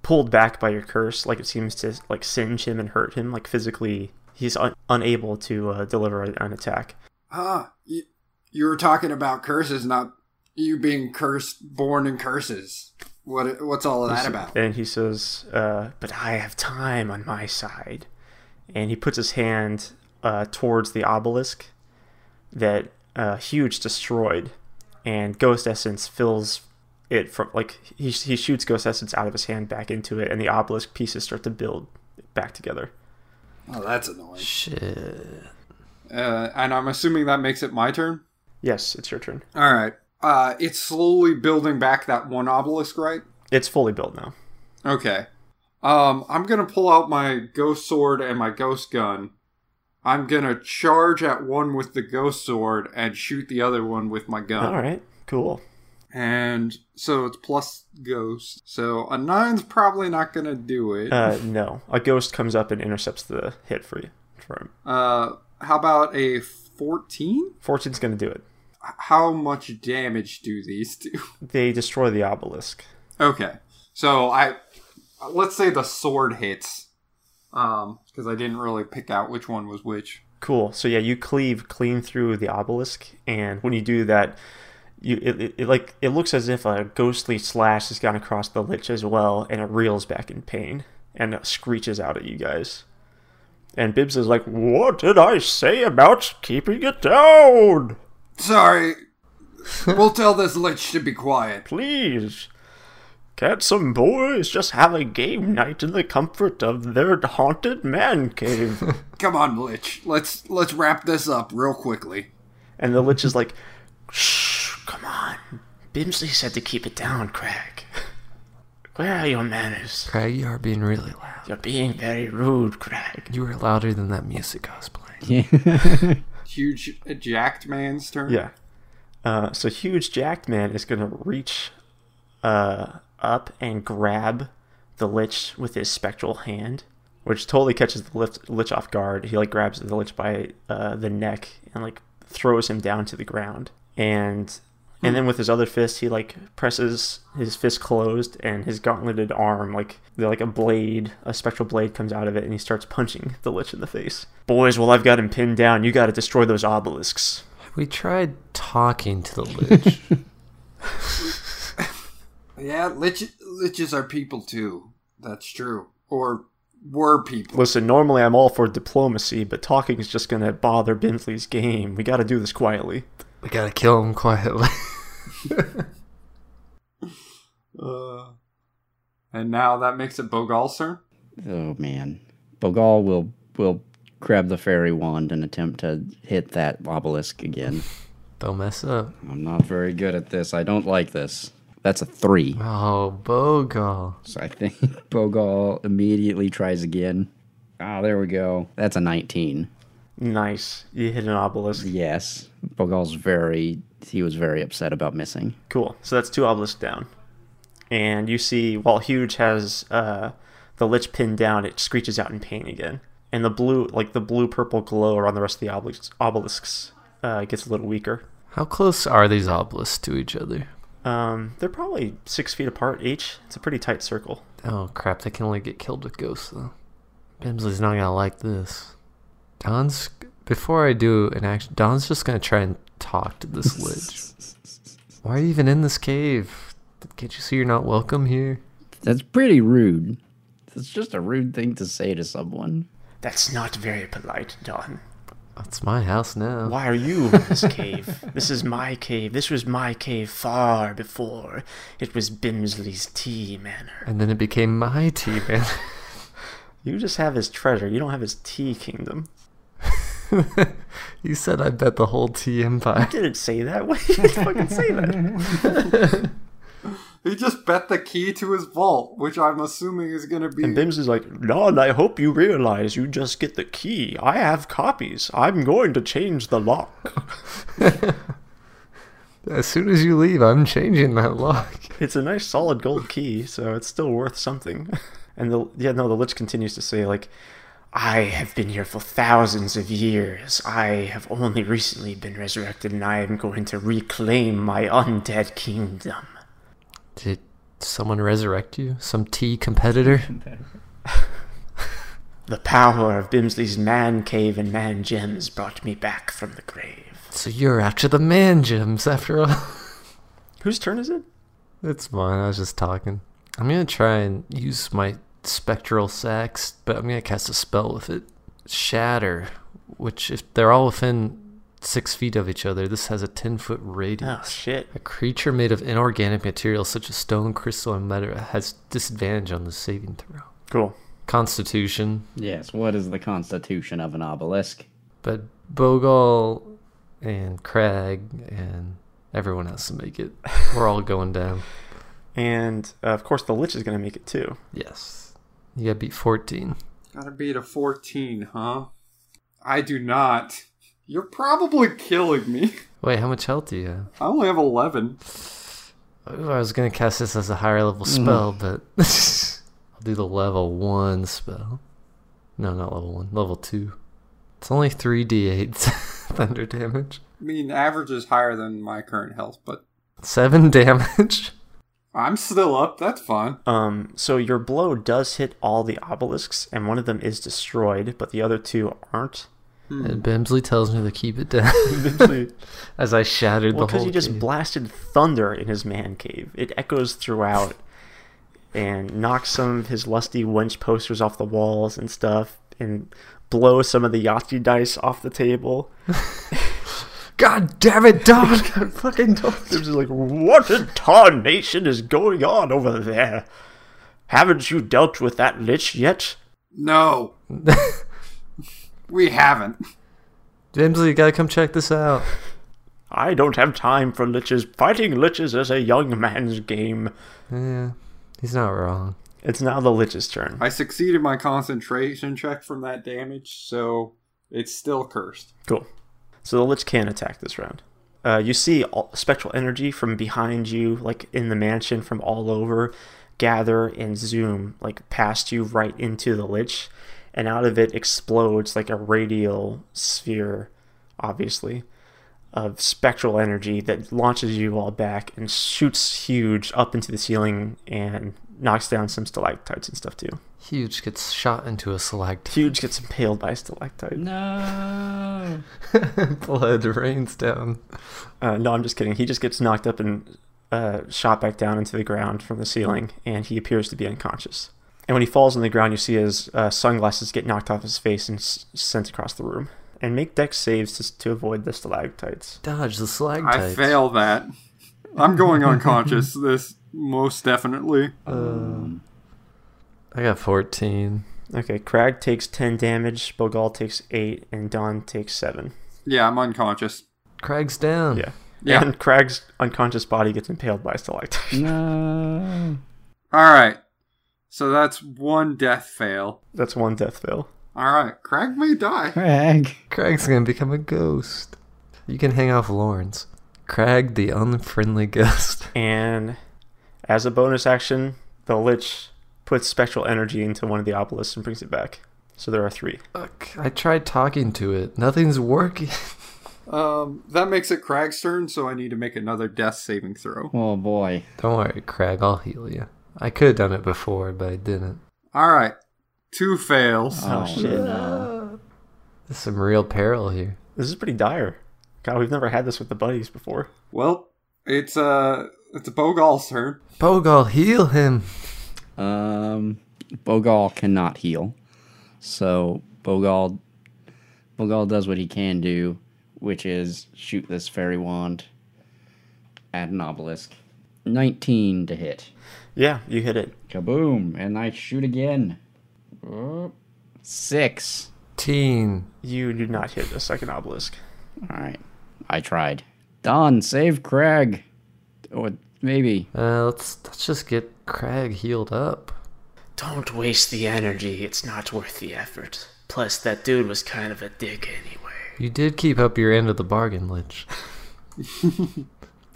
Speaker 3: pulled back by your curse. Like it seems to like singe him and hurt him. Like physically, he's un- unable to uh, deliver an attack.
Speaker 5: Ah, you, you were talking about curses, not you being cursed, born in curses. What? What's all of that about?
Speaker 3: And he says, uh, "But I have time on my side," and he puts his hand uh, towards the obelisk that uh, huge destroyed, and ghost essence fills it from like he he shoots ghost essence out of his hand back into it, and the obelisk pieces start to build back together.
Speaker 5: Oh, that's annoying.
Speaker 4: Shit.
Speaker 5: Uh, and I'm assuming that makes it my turn.
Speaker 3: Yes, it's your turn.
Speaker 5: All right. Uh, it's slowly building back that one obelisk, right?
Speaker 3: It's fully built now.
Speaker 5: Okay. Um, I'm gonna pull out my ghost sword and my ghost gun. I'm gonna charge at one with the ghost sword and shoot the other one with my gun.
Speaker 3: All right, cool.
Speaker 5: And so it's plus ghost. So a nine's probably not gonna do it. Uh,
Speaker 3: Uh, no, a ghost comes up and intercepts the hit for you. For him.
Speaker 5: Uh, how about a fourteen?
Speaker 3: Fortune's going to do it.
Speaker 5: How much damage do these do? (laughs)
Speaker 3: They destroy the obelisk.
Speaker 5: Okay. So I let's say the sword hits. Um, because I didn't really pick out which one was which.
Speaker 3: Cool. So yeah, you cleave clean through the obelisk, and when you do that, you it, it, it like it looks as if a ghostly slash has gone across the lich as well, and it reels back in pain and screeches out at you guys. And Bibbs is like, "What did I say about keeping it down?
Speaker 5: Sorry. we'll tell this lich to be quiet.
Speaker 3: Please." Can't some boys just have a game night in the comfort of their haunted man cave?
Speaker 5: Come on, lich. Let's let's wrap this up real quickly.
Speaker 3: And the lich is like,
Speaker 7: Shh, come on. Bimsley said to keep it down, Craig. (laughs) Where are your manners?
Speaker 4: Craig, you are being really loud.
Speaker 7: You're being very rude, Craig.
Speaker 4: You were louder than that music I was playing.
Speaker 5: Huge uh, jacked man's turn.
Speaker 3: Yeah. Uh, so huge jacked man is gonna reach uh, up and grab the lich with his spectral hand, which totally catches the lich, lich off guard. He like grabs the lich by uh, the neck and like throws him down to the ground. And and then with his other fist, he like presses his fist closed and his gauntleted arm like they're like a blade, a spectral blade comes out of it, and he starts punching the lich in the face. Boys, while I've got him pinned down, you got to destroy those obelisks.
Speaker 4: We tried talking to the lich.
Speaker 5: Yeah, lich- liches are people too. That's true. Or were people.
Speaker 3: Listen, normally I'm all for diplomacy, but talking is just gonna bother Bentley's game. We got to do this quietly.
Speaker 4: we gotta kill him quietly. (laughs)
Speaker 5: Uh, and now that makes it Bogal's turn.
Speaker 6: Oh man, Bogal will will grab the fairy wand and attempt to hit that obelisk again.
Speaker 4: Don't mess up.
Speaker 6: I'm not very good at this. I don't like this. That's a three.
Speaker 4: Oh, Bogal.
Speaker 6: So I think (laughs) Bogal immediately tries again. Ah, there we go. That's a 19.
Speaker 3: Nice. You hit an obelisk.
Speaker 6: Yes, Bogal's very. He was very upset about missing.
Speaker 3: Cool. So that's two obelisks down. And you see, while Huge has uh, the Lich pinned down, it screeches out in pain again. And the blue, like the blue purple glow around the rest of the obelisks, obelisks uh, gets a little weaker.
Speaker 4: How close are these obelisks to each other?
Speaker 3: Um, they're probably six feet apart each. It's a pretty tight circle.
Speaker 4: Oh crap! They can only get killed with ghosts though. Bimsley's not gonna like this. Don's before I do an action. Don's just gonna try and talk to this lich. Why are you even in this cave? Can't you see you're not welcome here?
Speaker 6: That's pretty rude. It's just a rude thing to say to someone.
Speaker 7: That's not very polite, Don.
Speaker 4: It's my house now.
Speaker 7: Why are you in this cave? This is my cave. This was my cave far before it was Bimsley's tea manor.
Speaker 4: And then it became my tea man. (laughs)
Speaker 3: You just have his treasure. You don't have his tea kingdom.
Speaker 4: you said I bet the whole tea empire.
Speaker 3: I didn't say that. Why did you (laughs) fucking say that?
Speaker 5: He just bet the key to his vault, which I'm assuming is going to be.
Speaker 3: And Bims is like, Lon, I hope you realize you just get the key. I have copies. I'm going to change the lock.
Speaker 4: As soon as you leave, I'm changing that lock.
Speaker 3: It's a nice solid gold key, so it's still worth
Speaker 7: (laughs)
Speaker 3: something. And the yeah, no, the Lich continues to say, like,
Speaker 7: I have been here for thousands of years. I have only recently been resurrected, and I am going to reclaim my undead kingdom.
Speaker 4: Did someone resurrect you? Some tea competitor?
Speaker 7: The power of Bimsley's man cave and man gems brought me back from the grave.
Speaker 4: So you're after the man gems after all.
Speaker 3: Whose turn is it?
Speaker 4: It's mine. I was just talking. I'm gonna try and use my spectral sax, but I'm gonna cast a spell with it. Shatter, which if they're all within six feet of each other, this has a ten foot radius.
Speaker 7: Oh
Speaker 3: Ah,
Speaker 7: shit.
Speaker 4: A creature made of inorganic materials such as stone, crystal, and metal has disadvantage on the saving throw.
Speaker 3: Cool.
Speaker 4: Constitution,
Speaker 6: Yes. What is the constitution of an obelisk?
Speaker 4: but Bogal and Crag and everyone has to make it. We're all going down.
Speaker 3: And uh, of course, the Lich is going to make it too.
Speaker 4: Yes. You gotta beat 14.
Speaker 5: Gotta beat a 14, huh? I do not. You're probably killing me.
Speaker 4: Wait, how much health do you have?
Speaker 5: I only have 11.
Speaker 4: Ooh, I was gonna cast this as a higher level spell, but (laughs) I'll do the level one spell. No, not level one, level two. It's only three d8 (laughs) thunder damage.
Speaker 5: I mean, average is higher than my current health, but
Speaker 4: Seven damage.
Speaker 5: I'm still up. That's fine.
Speaker 3: Um, so your (laughs) blow does hit all the obelisks, and one of them is destroyed, but the other two aren't.
Speaker 4: And Bimsley tells me to keep it down (laughs) as I shattered
Speaker 3: Well,
Speaker 4: the
Speaker 3: because
Speaker 4: whole
Speaker 3: you just
Speaker 4: cave.
Speaker 3: blasted thunder in his man cave. It echoes throughout and knocks some of his lusty wench posters off the walls and stuff and blows some of the Yahtzee dice off the table.
Speaker 4: God damn it, dog!
Speaker 3: Fucking Doctor's like, what in tarnation is going on over there? Haven't you dealt with that lich yet?
Speaker 5: No, we haven't.
Speaker 4: Bimsley, you gotta come check this out.
Speaker 3: I don't have time for liches. Fighting liches is a young man's game.
Speaker 4: Yeah, he's not wrong.
Speaker 3: It's now the lich's turn.
Speaker 5: I succeeded my concentration check from that damage, so it's still cursed.
Speaker 3: Cool. So the Lich can attack this round. Uh, you see all, spectral energy from behind you, like in the mansion, from all over, gather and zoom, like past you, right into the Lich, and out of it explodes like a radial sphere, obviously, of spectral energy that launches you all back and shoots huge up into the ceiling and knocks down some stalactites and stuff too.
Speaker 4: Huge gets shot into
Speaker 3: (laughs)
Speaker 4: a select.
Speaker 3: Huge gets impaled by a stalactite.
Speaker 6: No.
Speaker 4: Blood rains down.
Speaker 3: Uh, no, I'm just kidding. He just gets knocked up and uh, shot back down into the ground from the ceiling, and he appears to be unconscious. And when he falls on the ground, you see his uh, sunglasses get knocked off his face and s- sent across the room. And make deck saves to, to avoid the stalactites.
Speaker 4: Dodge the
Speaker 5: I
Speaker 4: stalactites.
Speaker 5: fail that. I'm going unconscious. This most definitely.
Speaker 6: Um,
Speaker 4: I got 14.
Speaker 3: Okay, Crag takes 10 damage, Bogal takes 8, and Don takes 7.
Speaker 5: Yeah, I'm unconscious.
Speaker 4: Crag's down.
Speaker 3: Yeah.
Speaker 5: Yeah.
Speaker 3: And Crag's unconscious body gets impaled by a stalactite.
Speaker 6: No.
Speaker 5: All right. So that's one death fail.
Speaker 3: (laughs) That's one death fail.
Speaker 5: All right, Craig may die.
Speaker 6: Craig.
Speaker 4: Crag's gonna become a ghost. You can hang off Lawrence. Crag the unfriendly (laughs) ghost.
Speaker 3: And as a bonus action, the Lich puts spectral energy into one of the obelisks and brings it back. So there are three.
Speaker 4: Fuck, I tried talking to it. Nothing's working. (laughs)
Speaker 5: Um, that makes it Crag's turn, so I need to make another death saving throw.
Speaker 6: Oh boy.
Speaker 4: Don't worry, Crag, I'll heal you. I could have done it before, but I didn't.
Speaker 5: All right, two fails.
Speaker 6: Oh,
Speaker 3: shit.
Speaker 6: no.
Speaker 4: There's some real peril here.
Speaker 3: This is pretty dire. God, we've never had this with the buddies before.
Speaker 5: Well, it's uh, it's Bogal's turn.
Speaker 4: Bogal, heal him!
Speaker 6: Um, Bogal cannot heal, so Bogal Bogal does what he can do, which is shoot this fairy wand at an obelisk. Nineteen to hit.
Speaker 3: Yeah, you hit it.
Speaker 6: Kaboom! And I shoot again. Oh, Six.
Speaker 4: Teen.
Speaker 3: You do not hit a second obelisk.
Speaker 6: All right, I tried. Don, save Craig. Or maybe.
Speaker 4: Uh, let's, let's just get Crag healed up.
Speaker 7: Don't waste the energy. It's not worth the effort. Plus, that dude was kind of a dick anyway.
Speaker 4: You did keep up your end of the bargain, Lich.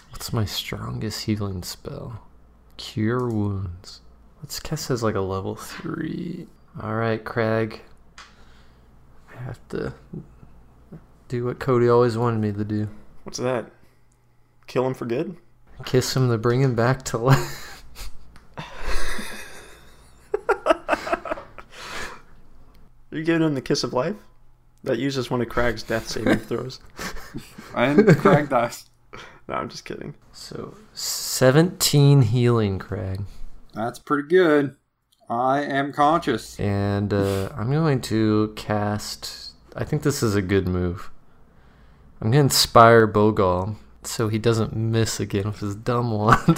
Speaker 4: What's my strongest healing spell? Cure wounds. Let's guess as like a level three. Alright, Crag. I have to do what Cody always wanted me to do.
Speaker 3: What's that? Kill him for good?
Speaker 4: Kiss him to bring him back to life. (laughs)
Speaker 3: You're giving him the kiss of life? That uses one of Crag's death saving throws.
Speaker 5: And Craig dies.
Speaker 3: No, I'm just kidding.
Speaker 4: So seventeen healing, Crag.
Speaker 5: That's pretty good. I am conscious.
Speaker 4: And uh, I'm going to cast. I think this is a good move. I'm going to inspire Bogal so he doesn't miss again with his dumb wand. (laughs)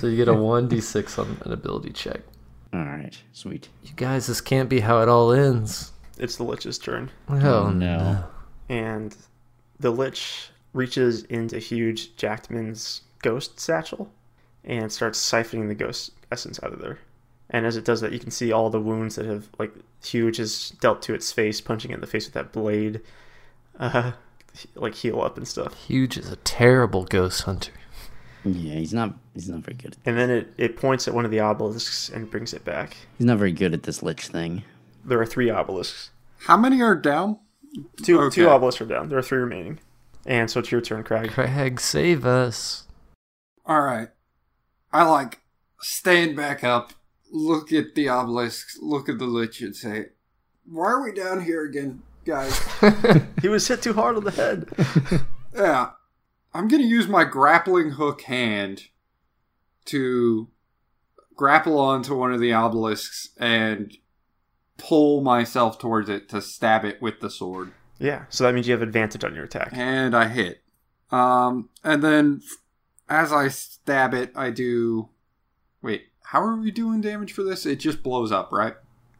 Speaker 4: so you get a 1d6 on an ability check.
Speaker 6: All right, sweet.
Speaker 4: You guys, this can't be how it all ends.
Speaker 3: It's the Lich's turn.
Speaker 4: Oh,
Speaker 6: no.
Speaker 3: And the Lich reaches into huge Jackman's ghost satchel and starts siphoning the ghost essence out of there. And as it does that, you can see all the wounds that have, like, Huge has dealt to its face, punching it in the face with that blade. (laughs) Uh, he- like, heal up and stuff.
Speaker 4: Huge is a terrible ghost hunter.
Speaker 6: Yeah, he's not. He's not very good.
Speaker 3: And then it, it points at one of the obelisks and brings it back.
Speaker 6: He's not very good at this lich thing.
Speaker 3: There are three obelisks.
Speaker 5: How many are down?
Speaker 3: Two,
Speaker 5: Okay.
Speaker 3: two obelisks are down. There are three remaining. And so it's your turn,
Speaker 4: (laughs)
Speaker 3: Crag.
Speaker 4: Crag, save us. (laughs)
Speaker 5: All right. I like stand back up, look at the obelisks, look at the lich, and say, "Why are we down here again? guys.
Speaker 3: He was hit too hard on the head.
Speaker 5: Yeah. I'm going to use my grappling hook hand to grapple onto one of the obelisks and pull myself towards it to stab it with the sword.
Speaker 3: Yeah, so that means you have advantage on your attack.
Speaker 5: And I hit. Um, and then f- as I stab it, I do. Wait, how are we doing damage for this? It just blows up, right?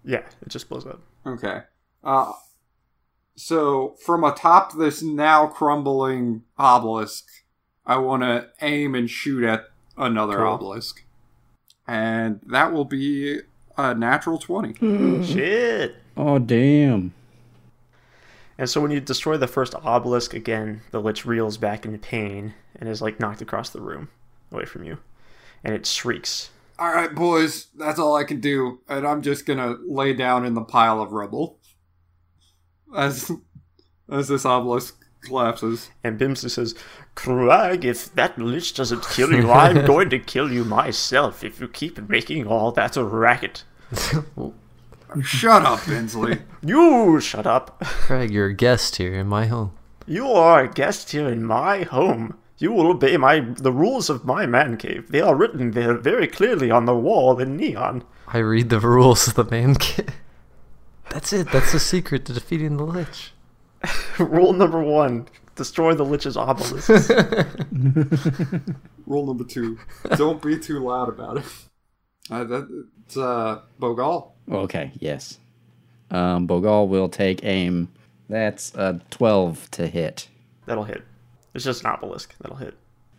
Speaker 3: Yeah, it just blows up.
Speaker 5: Okay. Uh, so from atop this now crumbling obelisk, I want to aim and shoot at another
Speaker 3: Cool.
Speaker 5: obelisk, and that will be a natural twenty.
Speaker 3: Shit!
Speaker 6: Oh damn.
Speaker 3: And so when you destroy the first obelisk again, the lich reels back in pain and is like knocked across the room away from you. And it shrieks.
Speaker 5: all right, boys, that's all I can do, and I'm just gonna lay down in the pile of rubble as as this obelisk collapses.
Speaker 3: And Bimsley says, Krag, if that lich doesn't kill you, I'm going to kill you myself if you keep making all that racket.
Speaker 5: Shut up, Bensley.
Speaker 3: You shut up.
Speaker 4: Craig, you're a guest here in my home.
Speaker 3: You are a guest here in my home. You will obey my the rules of my man cave. They are written there very clearly on the wall in neon. (laughs)
Speaker 4: I read the rules of the man kid. That's it. That's the secret to defeating the lich.
Speaker 3: Rule number one: destroy the lich's obelisks.
Speaker 5: (laughs) Rule number two: Don't be too loud about it. Uh, that, it's uh, Bogal.
Speaker 6: Okay, yes. Um, Bogal will take aim. That's a 12 to hit.
Speaker 3: That'll hit. It's just an obelisk. That'll hit.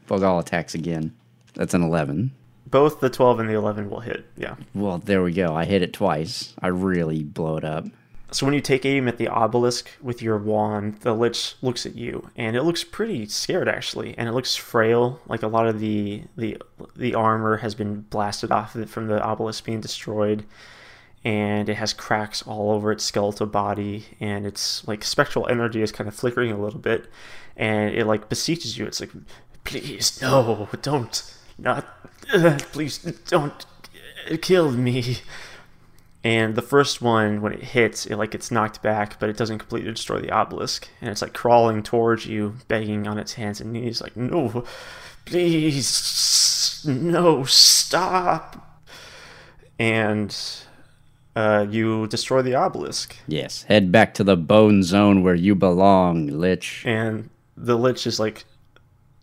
Speaker 6: Bogal attacks again. That's an 11.
Speaker 3: Both the twelve and the eleven will hit. Yeah.
Speaker 6: Well, there we go. I hit it twice. I really blow it up.
Speaker 3: So when you take aim at the obelisk with your wand, the lich looks at you, and it looks pretty scared actually, and it looks frail, like a lot of the the the armor has been blasted off of it from the obelisk being destroyed, and it has cracks all over its skeletal body, and its like spectral energy is kind of flickering a little bit, and it like beseeches you. It's like, please no, don't, not, (laughs) please don't uh, kill me and the first one when it hits it like gets knocked back but it doesn't completely destroy the obelisk and it's like crawling towards you begging on its hands and knees like no please no stop and uh, you destroy the obelisk
Speaker 6: Yes, head back to the bone zone where you belong, Lich.
Speaker 3: and the lich is like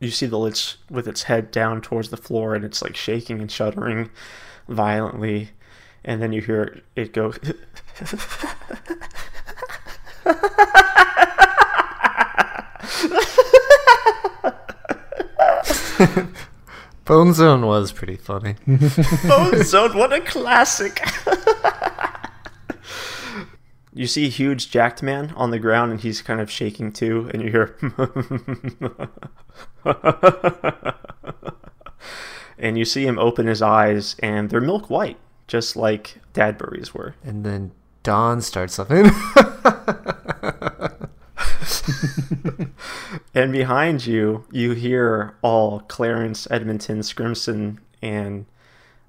Speaker 3: you see the lich with its head down towards the floor and it's like shaking and shuddering violently and then you hear it go (laughs)
Speaker 4: Bone Zone was pretty funny.
Speaker 3: Bone Zone, what a classic! you see a huge jacked man on the ground, and he's kind of shaking too, and you hear. (laughs) and you see him open his eyes, and they're milk white, just like Dadbury's were.
Speaker 4: And then Dawn starts something. (laughs)
Speaker 3: And behind you, you hear all Clarence, Edmonton, Scrimson, and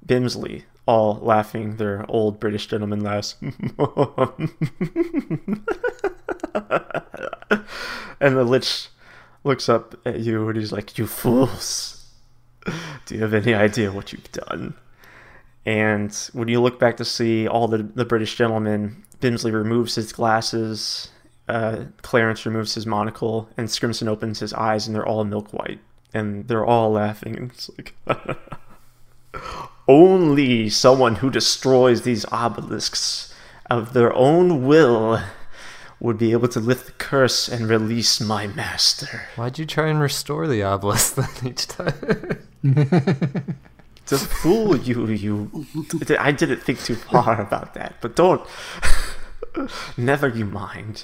Speaker 3: Bimsley all laughing their old British gentleman laughs. (laughs) and the Lich looks up at you and he's like, You fools! Do you have any idea what you've done? And when you look back to see all the, the British gentlemen, Bimsley removes his glasses, uh, Clarence removes his monocle, and Scrimson opens his eyes, and they're all milk white. And they're all laughing. (laughs) And it's like, only someone who destroys these obelisks of their own will would be able to lift the curse and release my master.
Speaker 4: Why'd you try and restore the obelisk then each time?
Speaker 3: To fool you, you. I didn't think too far about that, but don't. (laughs) Never you mind.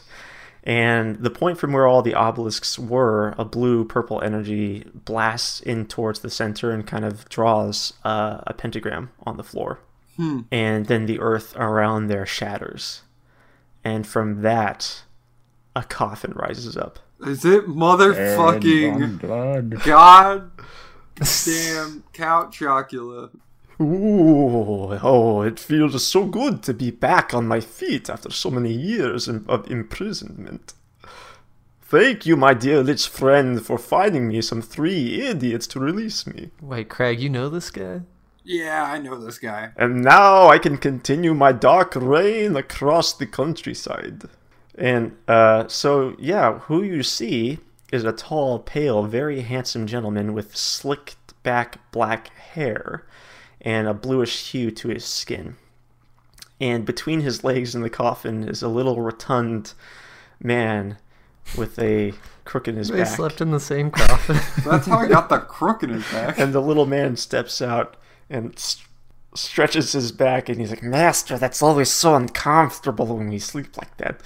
Speaker 3: And the point from where all the obelisks were, a blue purple energy blasts in towards the center and kind of draws uh, a pentagram on the floor. And then the earth around there shatters. And from that, a coffin rises up.
Speaker 5: Is it motherfucking god damn Count Chocula?
Speaker 3: Ooh. Oh, oh, it feels so good to be back on my feet after so many years in- of imprisonment. Thank you, my dear lich friend, for finding me some three idiots to release me.
Speaker 4: (laughs) Wait, Craig, you know this guy?
Speaker 5: Yeah, I know this guy.
Speaker 3: And now I can continue my dark reign across the countryside. And uh, so, yeah, who you see is a tall, pale, very handsome gentleman with slicked back black hair and a bluish hue to his skin. And between his legs in the coffin is a little rotund man with a crook in his
Speaker 4: They
Speaker 3: back.
Speaker 4: slept in the
Speaker 3: (laughs)
Speaker 4: same coffin.
Speaker 5: That's how I got the crook in his back.
Speaker 3: And the little man steps out and s- stretches his back, and he's like, "Master, that's always so uncomfortable when we sleep like that."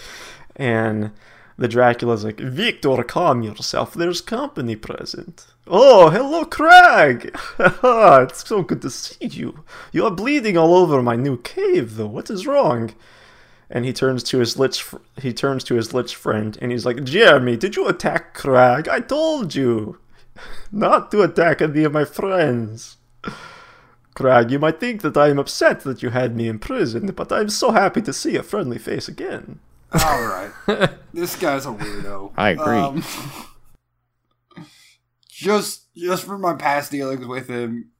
Speaker 3: And the Dracula's like, "Victor, calm yourself. There's company present." Oh, hello, Craig. (laughs) it's so good to see you. You are bleeding all over my new cave, though. What is wrong? And he turns to his lich. Fr- he turns to his lich friend, and he's like, "Jeremy, did you attack Craig? I told you." not to attack any of my friends. Crag, you might think that I am upset that you had me imprisoned, but I'm so happy to see a friendly face again.
Speaker 5: All right. This guy's a weirdo. Um,
Speaker 6: I agree.
Speaker 5: (laughs) just just for my past dealings with him,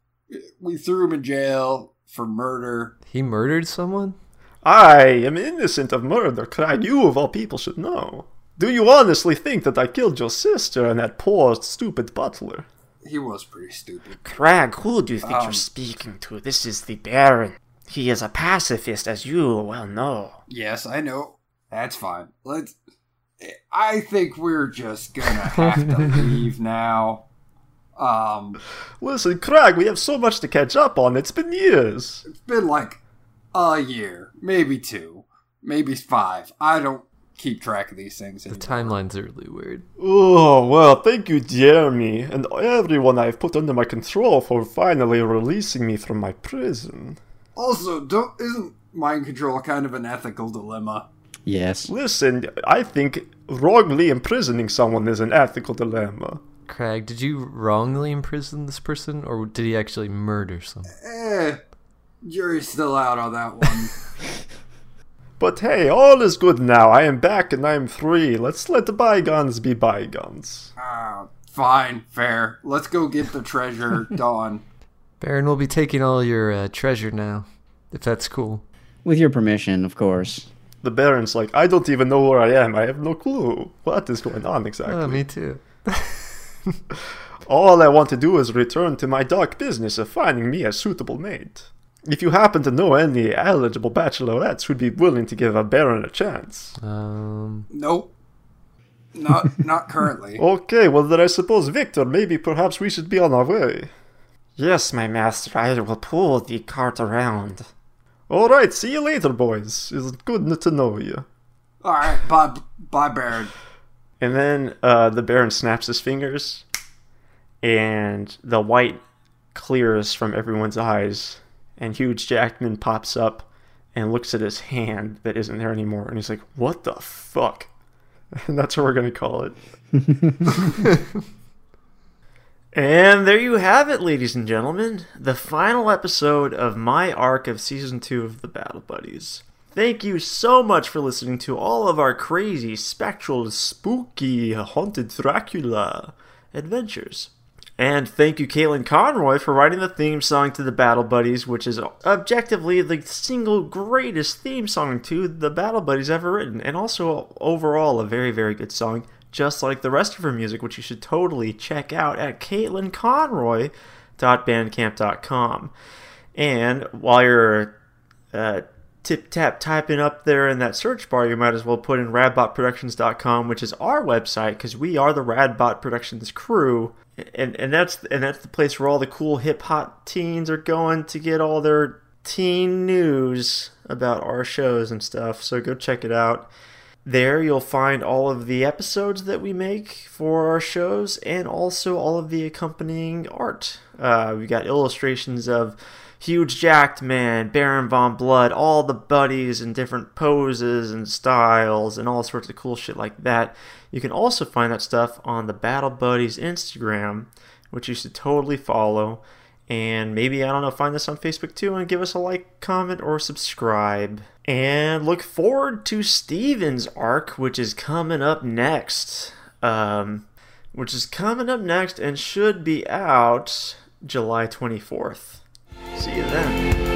Speaker 5: we threw him in jail for murder.
Speaker 4: he murdered someone?
Speaker 3: I am innocent of murder, Crag. You, of all people, should know. Do you honestly think that I killed your sister and that poor, stupid butler?
Speaker 5: He was pretty stupid.
Speaker 7: Crag, who do you think
Speaker 5: Um.
Speaker 7: you're speaking to? This is the Baron. He is a pacifist, as you well know.
Speaker 5: Yes, I know. That's fine. Let's I think we're just gonna have
Speaker 6: (laughs)
Speaker 5: to leave now. Um
Speaker 3: Listen, Crag, we have so much to catch up on. It's been years.
Speaker 5: it's been like a year, maybe two, maybe five. I don't keep track of these things
Speaker 4: The
Speaker 5: anymore.
Speaker 4: timeline's are really weird.
Speaker 3: Oh, well, thank you, Jeremy, and everyone I have put under my control for finally releasing me from my prison.
Speaker 5: Also, don't isn't mind control kind of an ethical dilemma?
Speaker 6: Yes.
Speaker 3: Listen, I think wrongly imprisoning someone is an ethical dilemma.
Speaker 4: Craig, did you wrongly imprison this person, or did he actually murder someone?
Speaker 5: Eh, jury's still out on that one.
Speaker 3: But hey, all is good now. I am back and I am free. Let's let the bygones be bygones.
Speaker 5: Ah, fine, fair. Let's go get the treasure, Dawn.
Speaker 4: Baron will be taking all your uh, treasure now, if that's cool.
Speaker 6: With your permission, of course.
Speaker 3: The Baron's like, I don't even know where I am. I have no clue. What is going on exactly?
Speaker 4: Oh, me too.
Speaker 3: All I want to do is return to my dark business of finding me a suitable mate. If you happen to know any eligible bachelorettes who'd be willing to give a Baron a chance.
Speaker 4: Um,
Speaker 5: Nope. Not not currently.
Speaker 3: Okay, well then I suppose Victor, maybe perhaps we should be on our way.
Speaker 7: Yes, my master, I will pull the cart around.
Speaker 3: All right, see you later, boys. It's good to know you.
Speaker 5: All right, bye, bye, Baron.
Speaker 3: And then uh, the Baron snaps his fingers, and the white clears from everyone's eyes, and Huge Jackman pops up and looks at his hand that isn't there anymore, and he's like, "What the fuck?" (laughs) And that's what we're gonna call it.
Speaker 7: And there you have it, ladies and gentlemen, the final episode of my arc of season two of the Battle Buddies. Thank you so much for listening to all of our crazy, spectral, spooky, haunted Dracula adventures. And thank you, Caitlin Conroy, for writing the theme song to the Battle Buddies, which is objectively the single greatest theme song to the Battle Buddies ever written, and also overall a very, very good song, just like the rest of her music, which you should totally check out at CaitlinConroy.bandcamp.com. And while you're uh, tip tap typing up there in that search bar, you might as well put in radbotproductions.com, which is our website because we are the Radbot Productions crew, and and that's and that's the place where all the cool hip hop teens are going to get all their teen news about our shows and stuff. So go check it out. There, you'll find all of the episodes that we make for our shows and also all of the accompanying art. Uh, we got illustrations of Huge Jacked Man, Baron Von Blood, all the buddies and different poses and styles and all sorts of cool shit like that. You can also find that stuff on the Battle Buddies Instagram, which you should totally follow.
Speaker 3: And maybe, I don't know, find this on Facebook too and give us a like, comment, or subscribe. And look forward to Steven's arc, which is coming up next. Um, which is coming up next and should be out July 24th. See you then.